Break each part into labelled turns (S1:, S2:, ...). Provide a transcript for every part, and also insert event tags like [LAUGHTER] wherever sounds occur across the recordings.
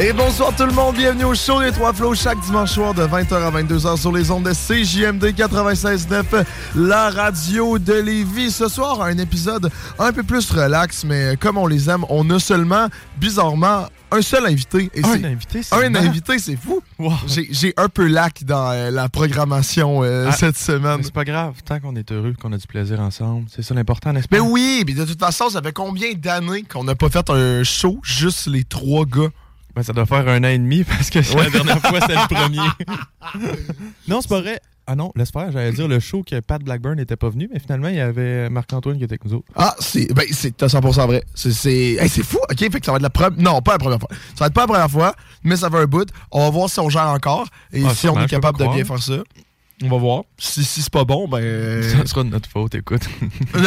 S1: Et bonsoir tout le monde, bienvenue au show des Trois Flots chaque dimanche soir de 20h à 22h sur les ondes de CJMD 96.9, la radio de Lévis. Ce soir, un épisode un peu plus relax, mais comme on les aime, on a seulement, bizarrement, un seul invité. Et
S2: Un
S1: c'est-
S2: invité, c'est
S1: Un
S2: marrant.
S1: invité, c'est fou. J'ai j'ai un peu lac dans euh, la programmation euh,
S2: Ah,
S1: cette semaine.
S2: mais C'est pas grave, tant qu'on est heureux, qu'on a du plaisir ensemble, c'est ça l'important, n'est-ce pas?
S1: Mais oui, mais de toute façon, ça fait combien d'années qu'on n'a pas fait un show juste les trois gars?
S2: Ben, ça doit faire un an et demi parce que c'est
S1: Ouais.
S2: la dernière fois, c'est le premier. [LAUGHS] non, c'est pas vrai. Ah non, laisse faire, j'allais dire le show que Pat Blackburn n'était pas venu, mais finalement, il y avait Marc-Antoine qui était avec nous autres.
S1: Ah, c'est ben, c'est t'as 100% vrai. C'est c'est hey, c'est fou. OK, fait que ça va être la première non, pas la première fois. Ça va être pas la première fois, mais ça va un bout. On va voir si on gère encore et
S2: Ah,
S1: si on
S2: sûrement,
S1: est
S2: je peux
S1: capable
S2: pas
S1: de bien faire
S2: croire.
S1: ça. On va voir. Si, si c'est pas bon, ben euh,
S2: [LAUGHS] Ça sera de notre faute, écoute.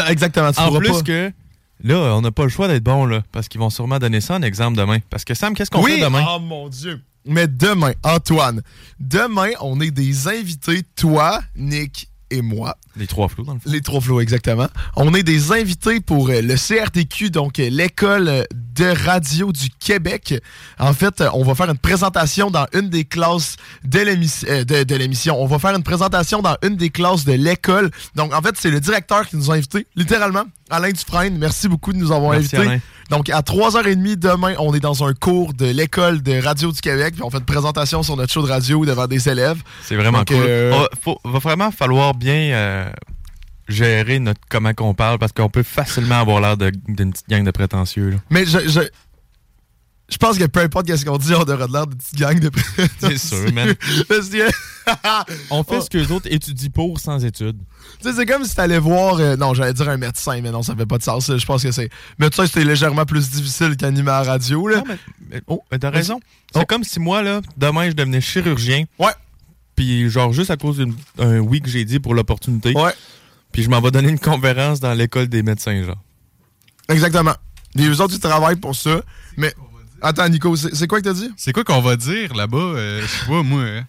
S1: exactement, tu
S2: en
S1: pourras
S2: plus
S1: pas.
S2: que, là, on n'a pas le choix d'être bon, là, parce qu'ils vont sûrement donner ça en exemple demain. Parce que Sam, qu'est-ce qu'on
S1: oui,
S2: fait demain?
S1: oh mon dieu. Mais demain, Antoine, demain, on est des invités toi, Nick et moi.
S2: Les trois flots, dans le fond.
S1: Les trois flots, exactement. On est des invités pour euh, le CRTQ, donc euh, l'école euh, de radio du Québec. En fait, euh, on va faire une présentation dans une des classes de l'émis- euh, de- de l'émission. On va faire une présentation dans une des classes de l'école. Donc, en fait, c'est le directeur qui nous a invités, littéralement. Alain Dufresne, merci beaucoup de nous avoir
S2: Merci,
S1: invités.
S2: Alain.
S1: Donc, à 3h30 demain, on est dans un cours de l'école de radio du Québec. Puis on fait une présentation sur notre show de radio devant des élèves.
S2: C'est vraiment
S1: Donc,
S2: cool.
S1: euh,
S2: On va- faut- va vraiment falloir bien euh, gérer notre comment qu'on parle parce qu'on peut facilement avoir l'air de- d'une petite gang de prétentieux. là.
S1: Mais je, je, je pense que peu importe qu'est-ce qu'on dit, on devrait de l'air de petite gang de
S2: [LAUGHS] C'est sûr, man.
S1: Parce que,
S2: On fait
S3: Ah.
S1: Oh.
S2: ce que les autres étudient pour sans études.
S1: tu sais, c'est comme si t'allais voir, euh, non, j'allais dire un médecin, mais non, ça fait pas de sens. là. Je pense que c'est. Médecin, c'était légèrement plus difficile qu'animer à la radio,
S3: Ah.
S1: là.
S2: Non, mais, mais- oh, mais t'as
S1: Vas-y.
S2: raison. C'est
S1: Oh.
S2: comme si moi, là, demain, je devenais chirurgien,
S1: Ouais,
S2: puis genre juste à cause d'une- d'un oui que j'ai dit pour l'opportunité,
S1: ouais,
S2: puis je m'en vais donner une conférence dans l'école des médecins, genre.
S1: exactement. Les autres, ils travaillent pour ça, mais. Attends, Nico, c'est c'est quoi que t'as dit?
S3: C'est quoi qu'on va dire là-bas? Euh, je sais pas, moi. euh,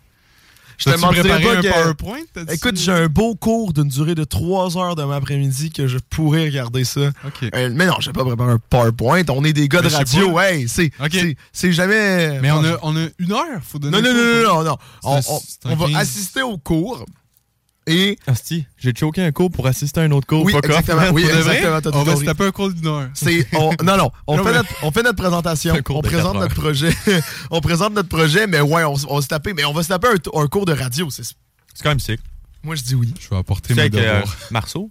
S1: Je
S3: T'as-tu
S1: mentirais
S3: préparé
S1: pas
S3: un
S1: que-
S3: PowerPoint? T'as-tu-
S1: Écoute, j'ai un beau cours d'une durée de 3 heures demain après-midi que je pourrais regarder ça.
S3: OK.
S1: Euh, mais non, j'ai pas préparé un PowerPoint. On est des gars de
S3: Mais je sais
S1: radio,
S3: pas.
S1: hey, c'est
S3: OK.
S1: c'est- c'est jamais.
S3: Mais on a, on a une heure, faut donner.
S1: Non, non,
S3: le
S1: non,
S3: cours. hein.
S1: non, non, non. On,
S3: C'est un-
S1: on-
S3: c'est un
S1: on va
S3: 15.
S1: assister au cours et.
S2: Asti, j'ai choqué un cours pour assister à un autre cours.
S1: Oui,
S2: fuck off,
S1: exactement.
S2: man.
S1: Oui,
S2: Pour de vrai?
S1: exactement. t'as tout
S3: On va se
S1: compris.
S3: taper un call d'une heure.
S1: C'est- on- non, non. On
S2: Non,
S1: fait,
S2: mais-
S1: notre, on fait notre présentation.
S2: Un cours
S1: On
S2: de
S1: présente
S2: quatre
S1: notre projet. [LAUGHS] on présente notre projet, mais ouais, on, s- on va se taper. Mais on va se taper un, t- un cours de radio. c'est-
S2: C'est quand même sick.
S1: Moi, je dis oui.
S3: Je vais apporter
S2: C'est
S3: mes
S2: avec euh,
S3: devoirs.
S2: Marceau.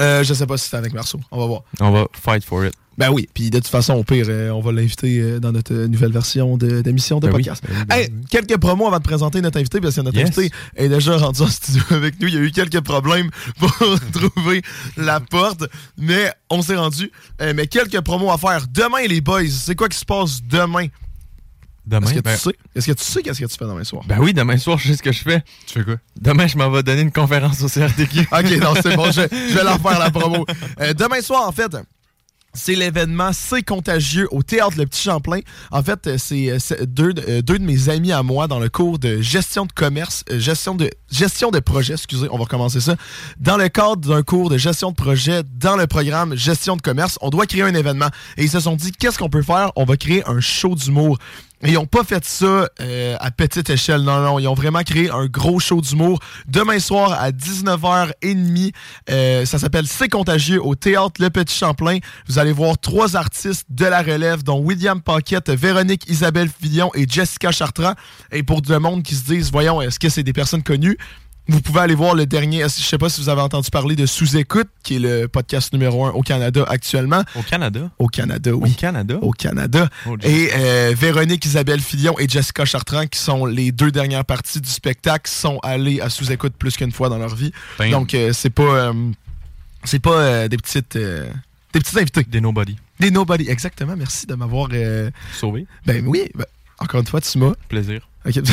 S1: Euh, je sais pas si c'est avec Marceau. On va voir.
S2: On va fight for it.
S1: Ben oui, puis de toute façon, au pire, euh, on va l'inviter euh, dans notre euh, nouvelle version de- d'émission de,
S2: Ben oui,
S1: podcast.
S2: ben oui, ben
S1: Hey, quelques promos avant de présenter notre invité, parce que notre
S2: Yes.
S1: invité est déjà rendu en studio avec nous. Il y a eu quelques problèmes [LAUGHS] pour trouver la porte, mais on s'est rendu. Euh, mais quelques promos à faire. Demain, les boys, c'est quoi qui se passe demain?
S2: Demain,
S1: Est-ce que
S2: ben-
S1: tu sais? Est-ce que tu sais qu'est-ce que tu fais demain soir?
S2: Ben oui, demain soir, je sais ce que je fais.
S3: Tu fais quoi?
S2: Demain, je m'en vais donner une conférence au CRTQ.
S1: [LAUGHS] OK, non, c'est bon, je, je vais leur faire la promo. Euh, demain soir, en fait. C'est l'événement C'est contagieux au théâtre Le Petit Champlain. En fait, euh, c'est euh, c'est deux, de- euh, deux de mes amis à moi dans le cours de gestion de commerce, euh, gestion de gestion de projet, excusez, on va recommencer ça. Dans le cadre d'un cours de gestion de projet dans le programme gestion de commerce, on doit créer un événement. Et ils se sont dit qu'est-ce qu'on peut faire On va créer un show d'humour. Et ils n'ont pas fait ça euh, à petite échelle, non, non. Ils ont vraiment créé un gros show d'humour. Demain soir à 19h30, euh, ça s'appelle C'est contagieux au théâtre Le Petit Champlain. Vous allez voir trois artistes de la relève, dont William Paquette, Véronique Isabelle Fillon et Jessica Chartrand. Et pour le monde qui se disent, voyons, est-ce que c'est des personnes connues? Vous pouvez aller voir le dernier, je sais pas si vous avez entendu parler de Sous-Écoute, qui est le podcast numéro un au Canada actuellement.
S2: Au Canada.
S1: Au Canada, oui
S2: Au Canada.
S1: au Canada.
S2: Oh, Dieu.
S1: et euh, Véronique Isabelle Fillon et Jessica Chartrand, qui sont les deux dernières parties du spectacle, sont allées à sous-écoute plus qu'une fois dans leur vie.
S2: Ben.
S3: Damn.
S1: Donc, euh, c'est pas, euh, c'est pas euh, des petites. euh, des petits invités.
S2: Des nobody.
S1: Des nobody. Exactement. Merci de m'avoir. euh,
S2: Sauvé.
S1: ben oui. ben, encore une fois, tu m'as.
S2: Plaisir.
S1: Ok. [LAUGHS]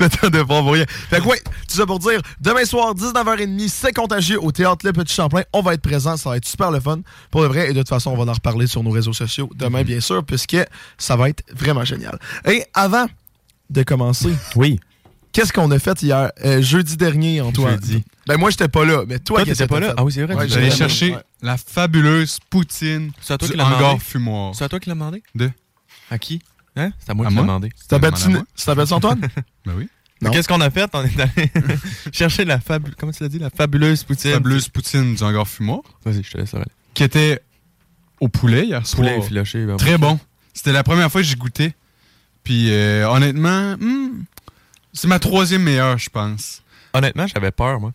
S1: Attends de voir pour rien. Fait que ouais, tout ça pour dire, demain soir, 19h30, c'est contagieux au Théâtre Le Petit Champlain. On va être présent, ça va être super le fun pour le vrai. Et de toute façon, on va en reparler sur nos réseaux sociaux demain,
S2: Mhm.
S1: bien sûr, puisque ça va être vraiment génial. Et avant de commencer,
S2: [LAUGHS] Oui.
S1: qu'est-ce qu'on a fait hier, euh, jeudi dernier, Antoine?
S2: Jeudi.
S1: Ben moi, j'étais pas là, mais toi,
S2: Toi,
S1: qu'est-ce
S2: t'étais
S1: que t'as
S2: pas là?
S1: fait?
S2: Ah oui, c'est vrai,
S1: Ouais,
S2: tu
S3: J'allais
S2: Ouais,
S3: chercher
S1: ouais.
S3: la fabuleuse poutine
S2: C'est à toi
S3: du
S2: qui l'as
S3: hangar
S2: demandé?
S3: fumoir.
S2: C'est à toi qui l'as demandé?
S3: De?
S2: À qui? Hein? C'est à moi
S3: À
S2: qui l'ai
S3: moi?
S2: demandé.
S1: Ça
S3: Demande
S1: s'appelle-tu-
S3: à moi.
S1: ça s'appelle-tu
S2: [LAUGHS]
S1: Antoine?
S3: Ben oui.
S1: Non.
S2: Qu'est-ce qu'on a fait? On
S1: [LAUGHS]
S2: est allé chercher la fabu- Comment tu l'as dit? La fabuleuse poutine.
S3: Fabuleuse poutine du hangar fumoir
S2: Vas-y, je te laisse aller.
S3: qui était au poulet hier soir.
S2: Poulet effiloché. ben,
S3: Très bon. C'était la première fois que j'y goûtais. Puis euh, honnêtement, hmm, c'est ma troisième meilleure, je pense.
S2: Honnêtement, j'avais peur, moi.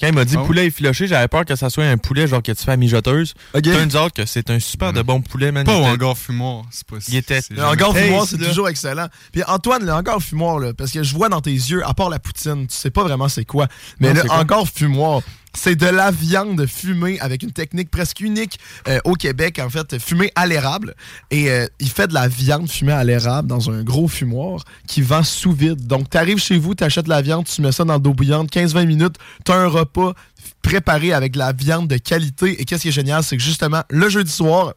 S2: Quand il m'a dit
S3: Ah ouais?
S2: poulet effiloché, j'avais peur que ça soit un poulet genre que tu fais à mijoteuse.
S1: Ok. Mhm.
S2: Turns out que c'est un super de bon poulet, man.
S3: Pas
S2: Il
S3: au
S2: était-
S3: hangar fumoir, c'est pas
S2: Il était-
S3: c'est
S1: Le
S3: jamais-
S1: hangar
S2: Hey,
S1: fumoir, c'est
S2: là.
S1: toujours excellent. Puis Antoine, le hangar fumoir, là, parce que je vois dans tes yeux, à part la poutine, tu sais pas vraiment c'est quoi. Mais
S2: Non,
S1: le
S2: c'est quoi?
S1: hangar fumoir, c'est de la viande fumée avec une technique presque unique euh, au Québec, en fait, fumée à l'érable. Et euh, il fait de la viande fumée à l'érable dans un gros fumoir qui vend sous vide. Donc, t'arrives chez vous, t'achètes la viande, tu mets ça dans l'eau bouillante, 15-20 minutes, t'as un repas préparé avec de la viande de qualité. Et qu'est-ce qui est génial, c'est que justement, le jeudi soir,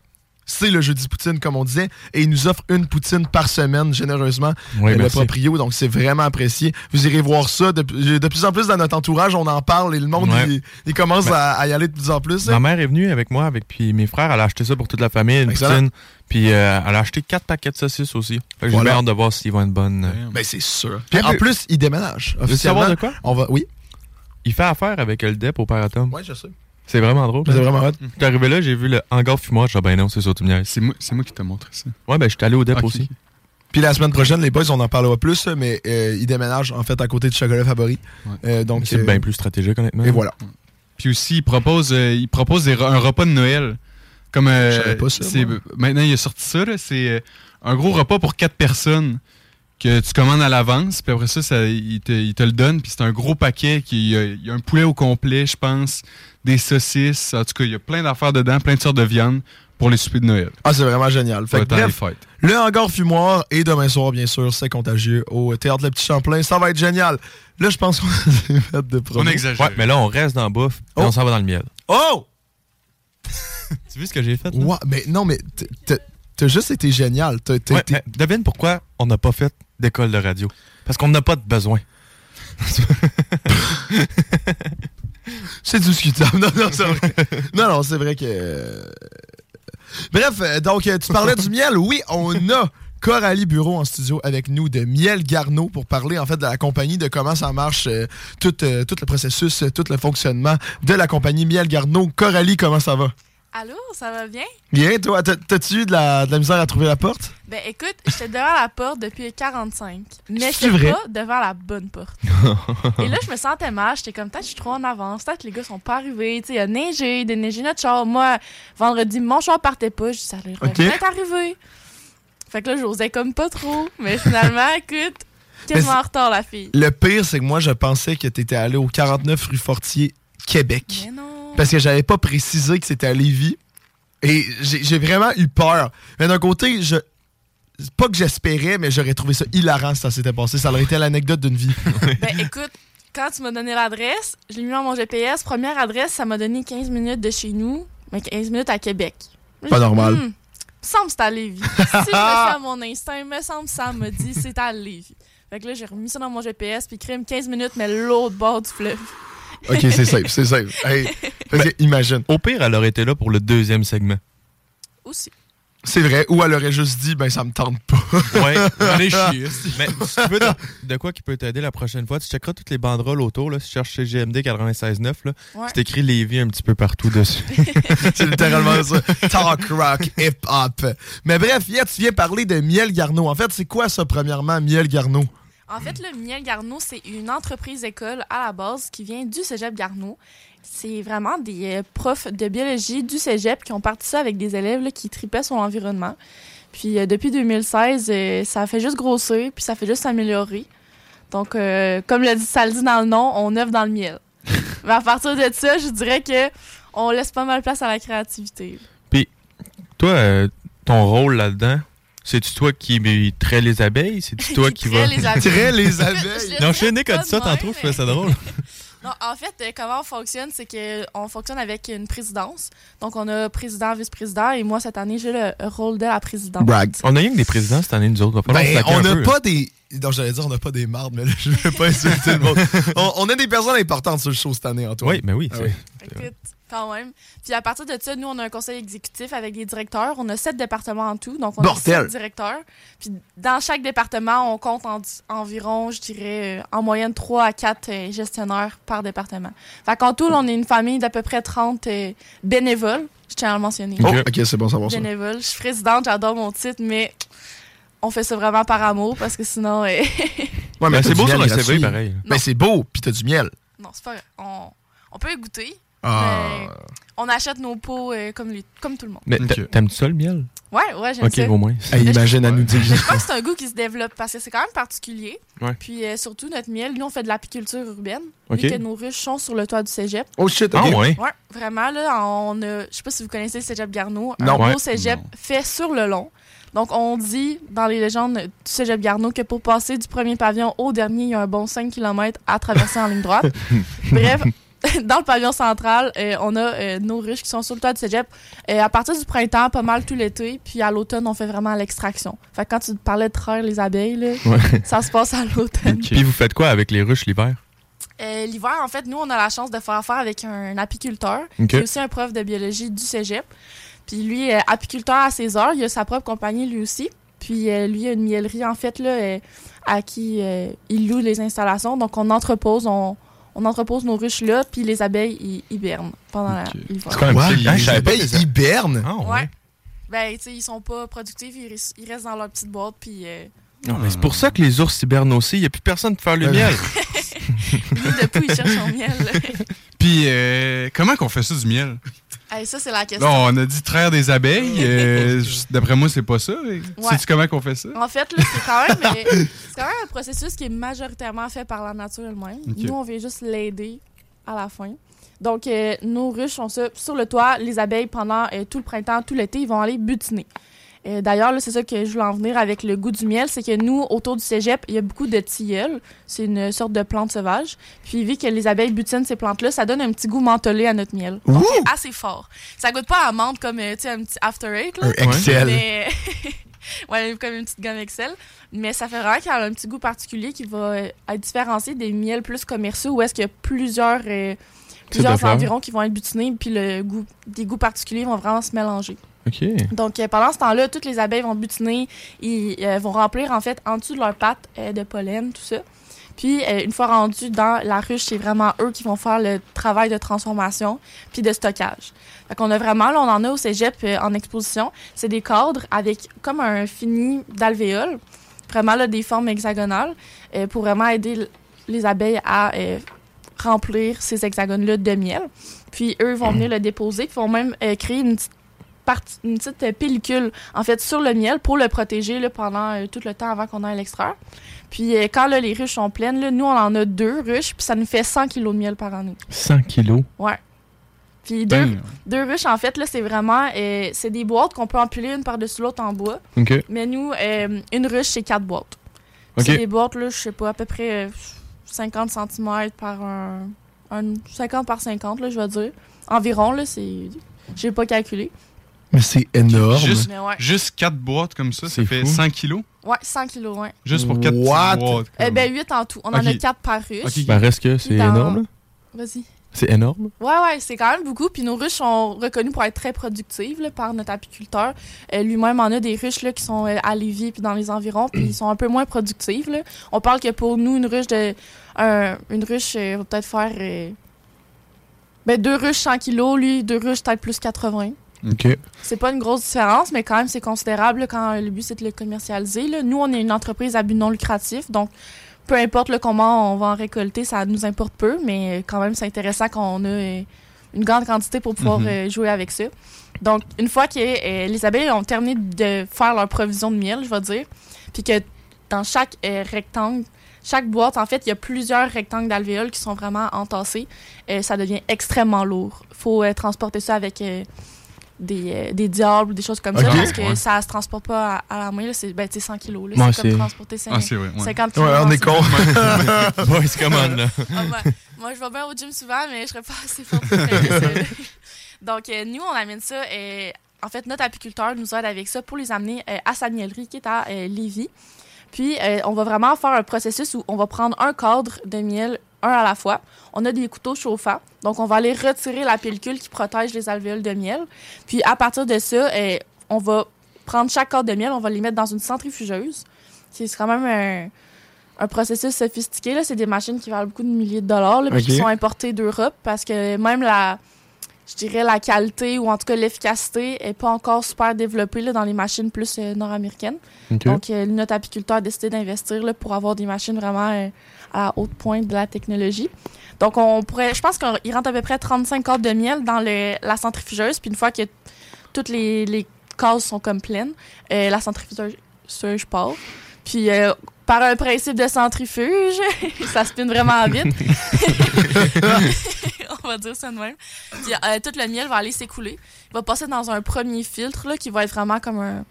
S1: c'est le jeudi poutine, comme on disait, et il nous offre une poutine par semaine, généreusement,
S2: Oui,
S1: euh, le
S2: merci.
S1: proprio, donc c'est vraiment apprécié. Vous irez voir ça, de, de plus en plus dans notre entourage, on en parle, et le monde,
S2: Ouais.
S1: il, il commence
S2: Ben,
S1: à, à y aller de plus en plus. hein.
S2: Ma mère est venue avec moi, avec puis mes frères, elle a acheté ça pour toute la famille, une
S1: Excellent.
S2: poutine. Puis euh, elle a acheté quatre paquets de saucisses aussi. Fait que j'ai
S1: Voilà.
S2: bien hâte de voir s'ils vont être bonnes. euh.
S1: Ben, c'est sûr.
S2: Puis
S1: en
S2: le-
S1: plus, il déménage,
S2: Veux-tu savoir
S1: officiellement.
S2: de quoi?
S1: On va... Oui?
S2: Il fait affaire avec le DEP au Paratom.
S1: Ouais, je sais.
S2: C'est vraiment drôle.
S1: C'est vraiment hot.
S2: Je suis arrivé là, j'ai vu le hangar fumoir, je dis ben non, c'est surtout mieux.
S3: C'est moi, c'est moi qui t'ai montré ça.
S2: Ouais, ben je suis allé au DEP
S3: Ok.
S2: aussi.
S1: Puis la semaine prochaine, les boys, on en parlera plus, mais euh, il déménage, en fait, à côté du chocolat favori.
S3: Ouais.
S1: Euh, donc,
S2: C'est
S1: euh,
S2: bien plus stratégique, honnêtement.
S1: et voilà.
S3: Puis aussi, il propose, euh, il propose des re- un repas de Noël. Comme, euh,
S1: Je savais pas ça,
S3: c'est-
S1: moi.
S3: Maintenant, il a sorti ça. là, C'est euh, un gros repas pour quatre personnes que tu commandes à l'avance. Puis après ça, ça il, te, il te le donne. Puis c'est un gros paquet. Qui, il, y a, il y a un poulet au complet, je pense. Des saucisses. En tout cas, il y a plein d'affaires dedans, plein de sortes de viande pour les soupers de Noël.
S1: Ah, c'est vraiment génial. Fait
S3: Fait
S1: que, bref,
S3: les fêtes.
S1: Le hangar fumoir et demain soir, bien sûr, c'est contagieux au Théâtre Le Petit Champlain. Ça va être génial. Là, je pense [LAUGHS] qu'on a des mètres de promo.
S3: On exagère.
S2: Ouais, mais là, on reste dans la bouffe, et
S1: Oh.
S2: on s'en va dans le miel.
S1: Oh!
S2: Tu vu ce que j'ai fait? là?
S1: Ouais, mais non, mais t- t- t'as juste été génial. T'as- t'as
S2: Ouais,
S1: été-
S2: mais devine pourquoi on n'a pas fait d'école de radio. Parce qu'on n'a pas de besoin.
S1: [LAUGHS] C'est discutable. Non, non, c'est vrai. [LAUGHS] non, non, c'est vrai que... euh, Bref, euh, donc, euh, tu parlais du miel. Oui, on a... Coralie Bureau en studio avec nous de Miel Garneau pour parler en fait de la compagnie, de comment ça marche, euh, tout, euh, tout le processus, euh, tout le fonctionnement de la compagnie Miel Garneau. Coralie, comment ça va?
S4: Allô, ça va bien?
S1: Bien, toi, t'as- t'as-tu eu de la, de la misère à trouver la porte?
S4: Ben écoute, j'étais devant la porte depuis 45, mais
S1: C'est
S4: c'est
S1: vrai?
S4: pas devant la
S1: [LAUGHS]
S4: bonne porte. Et là, je me sentais mal, j'étais comme peut-être que je suis trop en avance, peut-être que les gars sont pas arrivés, tu sais, il a neigé, il a déneigé notre char. Moi, vendredi, mon char partait pas, je dis ça leur
S1: Ok.
S4: peut-être arriver. Fait que là, j'osais comme pas trop, mais finalement, [LAUGHS] écoute, quasiment
S1: c'est-
S4: en retard la fille.
S1: Le pire, c'est que moi, je pensais que t'étais allé au 49 rue Fortier, Québec.
S4: Mais non.
S1: Parce que j'avais pas précisé que c'était à Lévis. Et j'ai j'ai vraiment eu peur. Mais d'un côté, je. pas que j'espérais, mais j'aurais trouvé ça hilarant si ça s'était passé. Ça aurait été l'anecdote d'une vie.
S4: Ben écoute, quand tu m'as donné l'adresse, je l'ai mis dans mon GPS. Première adresse, ça m'a donné 15 minutes de chez nous, mais 15 minutes à Québec.
S1: Pas normal.
S4: Hmm, me semble que c'est à Lévis. si je me fais à mon instinct, me semble que ça me dit c'est à Lévis. Fait que là, j'ai remis ça dans mon GPS, puis crime 15 minutes, mais l'autre bord du fleuve.
S1: [LAUGHS] ok, c'est safe, c'est safe. Hey, parce que imagine.
S2: Au pire, elle aurait été là pour le deuxième segment.
S4: Aussi.
S1: C'est vrai, ou elle aurait juste dit, ben ça me tente [LAUGHS] pas.
S2: Ouais, on est chier. Mais si tu veux de, de quoi qui peut t'aider la prochaine fois, tu checkeras toutes les banderoles autour. Là, si tu cherches chez GMD 96.9, là,
S4: Ouais.
S2: c'est écrit Lévis un petit peu partout
S1: [LAUGHS]
S2: dessus.
S1: C'est littéralement ça. Talk rock, hip hop. Mais bref, hier, tu viens parler de Miel Garneau. En fait, c'est quoi ça, premièrement, Miel Garneau?
S4: En fait, le Miel Garneau, c'est une entreprise école à la base qui vient du cégep Garneau. C'est vraiment des euh, profs de biologie du cégep qui ont parti ça avec des élèves là, qui tripaient sur l'environnement. Puis euh, depuis 2016, euh, ça fait juste grossir, puis ça fait juste s'améliorer. Donc, euh, comme le dit, ça le dit dans le nom, on œuvre dans
S2: [LAUGHS]
S4: le miel. Mais à partir de ça, je dirais que on laisse pas mal place à la créativité.
S2: toi, euh, ton rôle là-dedans, c'est-tu toi qui mais, traite les abeilles?
S1: [LAUGHS]
S2: C'est-tu
S4: [LAUGHS]
S2: toi qui,
S4: crée
S2: va...
S4: les abeilles.
S1: Très [LAUGHS] les
S4: Je- je
S1: abeilles.
S4: le
S2: Non,
S4: traite
S2: je suis né
S4: pas
S2: quand
S4: de
S2: ça, t'en
S4: même,
S2: trouves, je trouvais
S4: mais-
S2: ça drôle.
S4: Non, en fait, euh, comment on fonctionne, c'est que on fonctionne avec une présidence. Donc, on a président, vice-président, et moi, cette année, j'ai le rôle de la présidente.
S1: Brag.
S2: On a rien que des présidents cette année, nous autres. Va falloir
S1: Ben,
S2: slacker
S1: on
S2: un
S1: n'a
S2: peu, hein.
S1: pas des. Non, j'allais dire, on n'a pas des mardes, mais là, je ne veux pas insulter le
S2: [LAUGHS]
S1: monde. On, on a des personnes importantes sur le show cette année, Antoine.
S2: Oui, mais oui.
S1: Ah
S2: c'est-
S1: oui.
S4: Écoute, quand même. Puis, à partir de ça, nous, on a un conseil exécutif avec des directeurs. On a sept départements en tout. Donc, on
S1: Bordel.
S4: a sept directeurs. Puis, dans chaque département, on compte en- environ, je dirais, euh, en moyenne, trois à quatre euh, gestionnaires par département. Fait qu'en tout, là, on est une famille d'à peu près 30 euh, bénévoles. Je tiens à le mentionner.
S1: Oh, ok, c'est bon, ça va. Ça.
S4: bénévole. Je suis présidente, j'adore mon titre, mais on fait ça vraiment par amour parce que sinon, euh, [LAUGHS]
S1: Ouais,
S2: Ben,
S1: t'as
S2: c'est
S1: du
S2: beau
S1: miel
S2: sur un
S1: gratuit.
S2: CV, pareil.
S1: Ben, c'est beau, puis t'as du miel.
S4: non, c'est pas. On, on peut goûter.
S1: Ah.
S4: mais on achète nos pots euh, comme, les- comme tout le monde.
S2: Mais
S1: Ok.
S2: t'a- t'aimes-tu ça, le miel?
S4: Ouais, ouais, j'aime
S2: Ok,
S4: ça.
S2: au moins.
S1: Hey, imagine, à nous dire.
S4: Mais je pense que c'est un goût qui se développe parce que c'est quand même particulier.
S2: Ouais.
S4: Puis euh, surtout, notre miel, nous, on fait de l'apiculture urbaine.
S2: Ok.
S4: Vu que nos ruches sont sur le toit du cégep.
S1: Oh shit,
S2: Ah
S1: ok.
S2: ouais?
S4: Ouais, vraiment, là, on a. Je sais pas si vous connaissez le cégep Garneau. Un
S2: Non.
S4: beau
S2: Ouais.
S4: cégep fait sur le long. Donc, on dit dans les légendes du cégep Garneau que pour passer du premier pavillon au dernier, il y a un bon 5 km à traverser en ligne
S2: [LAUGHS]
S4: droite. Bref. [LAUGHS] Dans le pavillon central, euh, on a euh, nos ruches qui sont sur le toit du cégep. Euh, à partir du printemps, pas mal tout l'été, puis à l'automne, on fait vraiment l'extraction. Fait que quand tu parlais de traire les abeilles, là,
S2: Ouais.
S4: ça se passe à l'automne.
S2: Puis vous faites quoi avec les ruches l'hiver?
S4: Euh, L'hiver, en fait, nous, on a la chance de faire affaire avec un apiculteur
S2: Ok.
S4: qui est aussi un prof de biologie du cégep. Puis lui, euh, apiculteur à ses heures, il a sa propre compagnie lui aussi. Puis euh, lui, il a une miellerie, en fait, là, euh, à qui euh, il loue les installations. Donc, on entrepose, on, on entrepose nos ruches là, puis les abeilles, ils hibernent pendant la-
S3: Ok.
S4: l'hiver.
S2: C'est quand même
S1: Wow,
S2: petit. Hein, je
S1: les
S2: savais pas
S1: abeilles
S2: que-
S1: hibernent.
S2: Ah, ouais.
S4: Ouais. Ben, tu sais, ils sont pas productifs, ils, res- ils restent dans leur petite boîte, puis euh,
S2: Non, mais c'est pour ça que les ours hibernent aussi. Il n'y a plus personne pour faire le
S1: Ouais.
S2: miel.
S4: nous, depuis, ils cherchent leur miel. [LAUGHS]
S3: Puis, euh, comment qu'on fait ça du miel?
S4: Hey, ça, c'est la question.
S3: Bon, on a dit traire des abeilles. euh, juste- D'après moi, c'est pas ça. mais Sais-tu comment qu'on fait ça?
S4: En fait, là, c'est quand même,
S1: [LAUGHS]
S4: euh, c'est quand même un processus qui est majoritairement fait par la nature elle-même.
S3: Ok.
S4: Nous, on vient juste l'aider à la fin. Donc, euh, nos ruches sont ça. Sur le toit, les abeilles, pendant euh, tout le printemps, tout l'été, ils vont aller butiner. Euh, D'ailleurs, là, c'est ça que je voulais en venir avec le goût du miel, c'est que nous, autour du cégep, il y a beaucoup de tilleuls. C'est une sorte de plante sauvage. Puis, vu que les abeilles butinent ces plantes-là, ça donne un petit goût mentholé à notre miel. Donc,
S1: Ouh!
S4: c'est assez fort. Ça goûte pas à amande comme, euh, tu sais, un petit after eight, là.
S1: Un Excel.
S4: Mais... [LAUGHS] ouais, comme une petite gomme Excel. Mais ça fait vraiment qu'elle a un petit goût particulier qui va euh, être différencié des miels plus commerciaux où est-ce qu'il y a plusieurs, euh,
S2: de
S4: plusieurs
S2: fleurs.
S4: environs qui vont être butinés puis le goût, des goûts particuliers vont vraiment se mélanger.
S2: OK.
S4: Donc euh, pendant ce temps-là, toutes les abeilles vont butiner, ils euh, vont remplir en fait en dessous de leurs pattes euh, de pollen, tout ça. Puis euh, une fois rendus dans la ruche, c'est vraiment eux qui vont faire le travail de transformation puis de stockage. Fait qu'on a vraiment, là, on en a au cégep euh, en exposition, c'est des cadres avec comme un fini d'alvéole, vraiment là, des formes hexagonales euh, pour vraiment aider l- les abeilles à euh, remplir ces hexagones-là de miel. Puis eux vont venir le déposer, puis vont même euh, créer une petite partie- une petite euh, pellicule en fait sur le miel pour le protéger là, pendant euh, tout le temps avant qu'on aille l'extraire. Puis euh, quand là, les ruches sont pleines, là, nous on en a deux ruches, puis ça nous fait 100 kilos de miel par année.
S2: 100 kilos.
S4: Ouais. Puis deux,
S3: Dang.
S4: deux ruches, en fait, là, c'est vraiment. euh, c'est des boîtes qu'on peut empiler une par-dessus l'autre en bois.
S3: OK.
S4: Mais nous, euh, une ruche, c'est quatre boîtes. Puis
S3: OK.
S4: C'est des boîtes, là, je sais pas, à peu près euh, 50 cm par un, un- 50 par 50, là, je vais dire. Environ, là, c'est. J'ai pas calculé.
S1: Mais c'est énorme.
S3: Juste,
S4: Mais ouais.
S3: juste 4 boîtes comme ça, ça
S1: C'est
S3: fait
S1: fou.
S3: 100 kilos.
S4: Ouais, 100 kilos, ouais.
S3: Juste pour 4
S1: What?
S3: boîtes.
S4: Eh
S3: comme-
S4: ben, 8 en tout. On en a
S3: Ok.
S4: 4 par ruche.
S3: Ok.
S2: Ben, reste que c'est
S4: Dans-
S2: énorme. là.
S4: Vas-y.
S2: C'est énorme.
S4: Ouais, ouais, c'est quand même beaucoup. Puis nos ruches sont reconnues pour être très productives là, par notre apiculteur. Euh, Lui-même en a des ruches là, qui sont euh, à Lévis puis dans les environs, puis ils sont un peu moins productives. là. On parle que pour nous, une ruche de. un- une ruche euh, va peut-être faire. euh, ben, deux ruches 100 kilos, lui, deux ruches peut-être plus 80.
S2: OK.
S4: C'est pas une grosse différence, mais quand même, c'est considérable là, quand le but, c'est de le commercialiser. là. Nous, on est une entreprise à but non lucratif, donc peu importe le comment on va en récolter, ça nous importe peu, mais euh, quand même, c'est intéressant qu'on a euh, une grande quantité pour pouvoir
S3: Mhm.
S4: euh, jouer avec ça. Donc, une fois que euh, les abeilles ont terminé de faire leur provision de miel, je vais dire, puis que dans chaque euh, rectangle, chaque boîte, en fait, il y a plusieurs rectangles d'alvéoles qui sont vraiment entassés. Euh, ça devient extrêmement lourd. faut euh, transporter ça avec euh, des, euh, des diables, des choses comme
S1: Ok.
S4: ça, parce que
S3: Ouais.
S4: ça se transporte pas à, à la main. là. C'est ben, tu sais, 100 kilos. là.
S2: Ouais,
S4: c'est comme
S2: c'est-
S4: transporter 50,
S3: Ah, c'est vrai. ouais.
S4: 50
S1: Ouais,
S4: kilos.
S1: on
S4: en
S1: est
S4: ciment.
S1: con. [LAUGHS]
S2: Boys, come on, là.
S4: Ah, ben, moi, je vais bien au gym souvent, mais je serais pas assez forte pour faire ça. [LAUGHS] Donc, euh, nous, on amène ça. euh, en fait, notre apiculteur nous aide avec ça pour les amener euh, à sa miellerie qui est à euh, Lévis. Puis, euh, on va vraiment faire un processus où on va prendre un cadre de miel, un à la fois. On a des couteaux chauffants. Donc, on va aller retirer la pellicule qui protège les alvéoles de miel. Puis, à partir de ça, euh, on va prendre chaque cadre de miel, on va les mettre dans une centrifugeuse. C'est quand même un, un processus sophistiqué. là. C'est des machines qui valent beaucoup de milliers de dollars, là, puis
S2: Ok.
S4: qui sont importées d'Europe parce que même la, je dirais, la qualité ou en tout cas l'efficacité est pas encore super développée là, dans les machines plus euh, nord-américaines.
S2: OK.
S4: Donc, euh, notre apiculteur a décidé d'investir là, pour avoir des machines vraiment euh, à haute pointe de la technologie. Donc, on pourrait, je pense qu'il rentre à peu près 35 cordes de miel dans le, la centrifugeuse. Puis une fois que toutes les, les cases sont comme pleines, euh, la centrifugeuse je part. Puis euh, par un principe de centrifuge, [LAUGHS] ça spinne vraiment vite. on va dire ça de même. Puis euh, tout le miel va aller s'écouler. Il va passer dans un premier filtre là, qui va être vraiment comme un,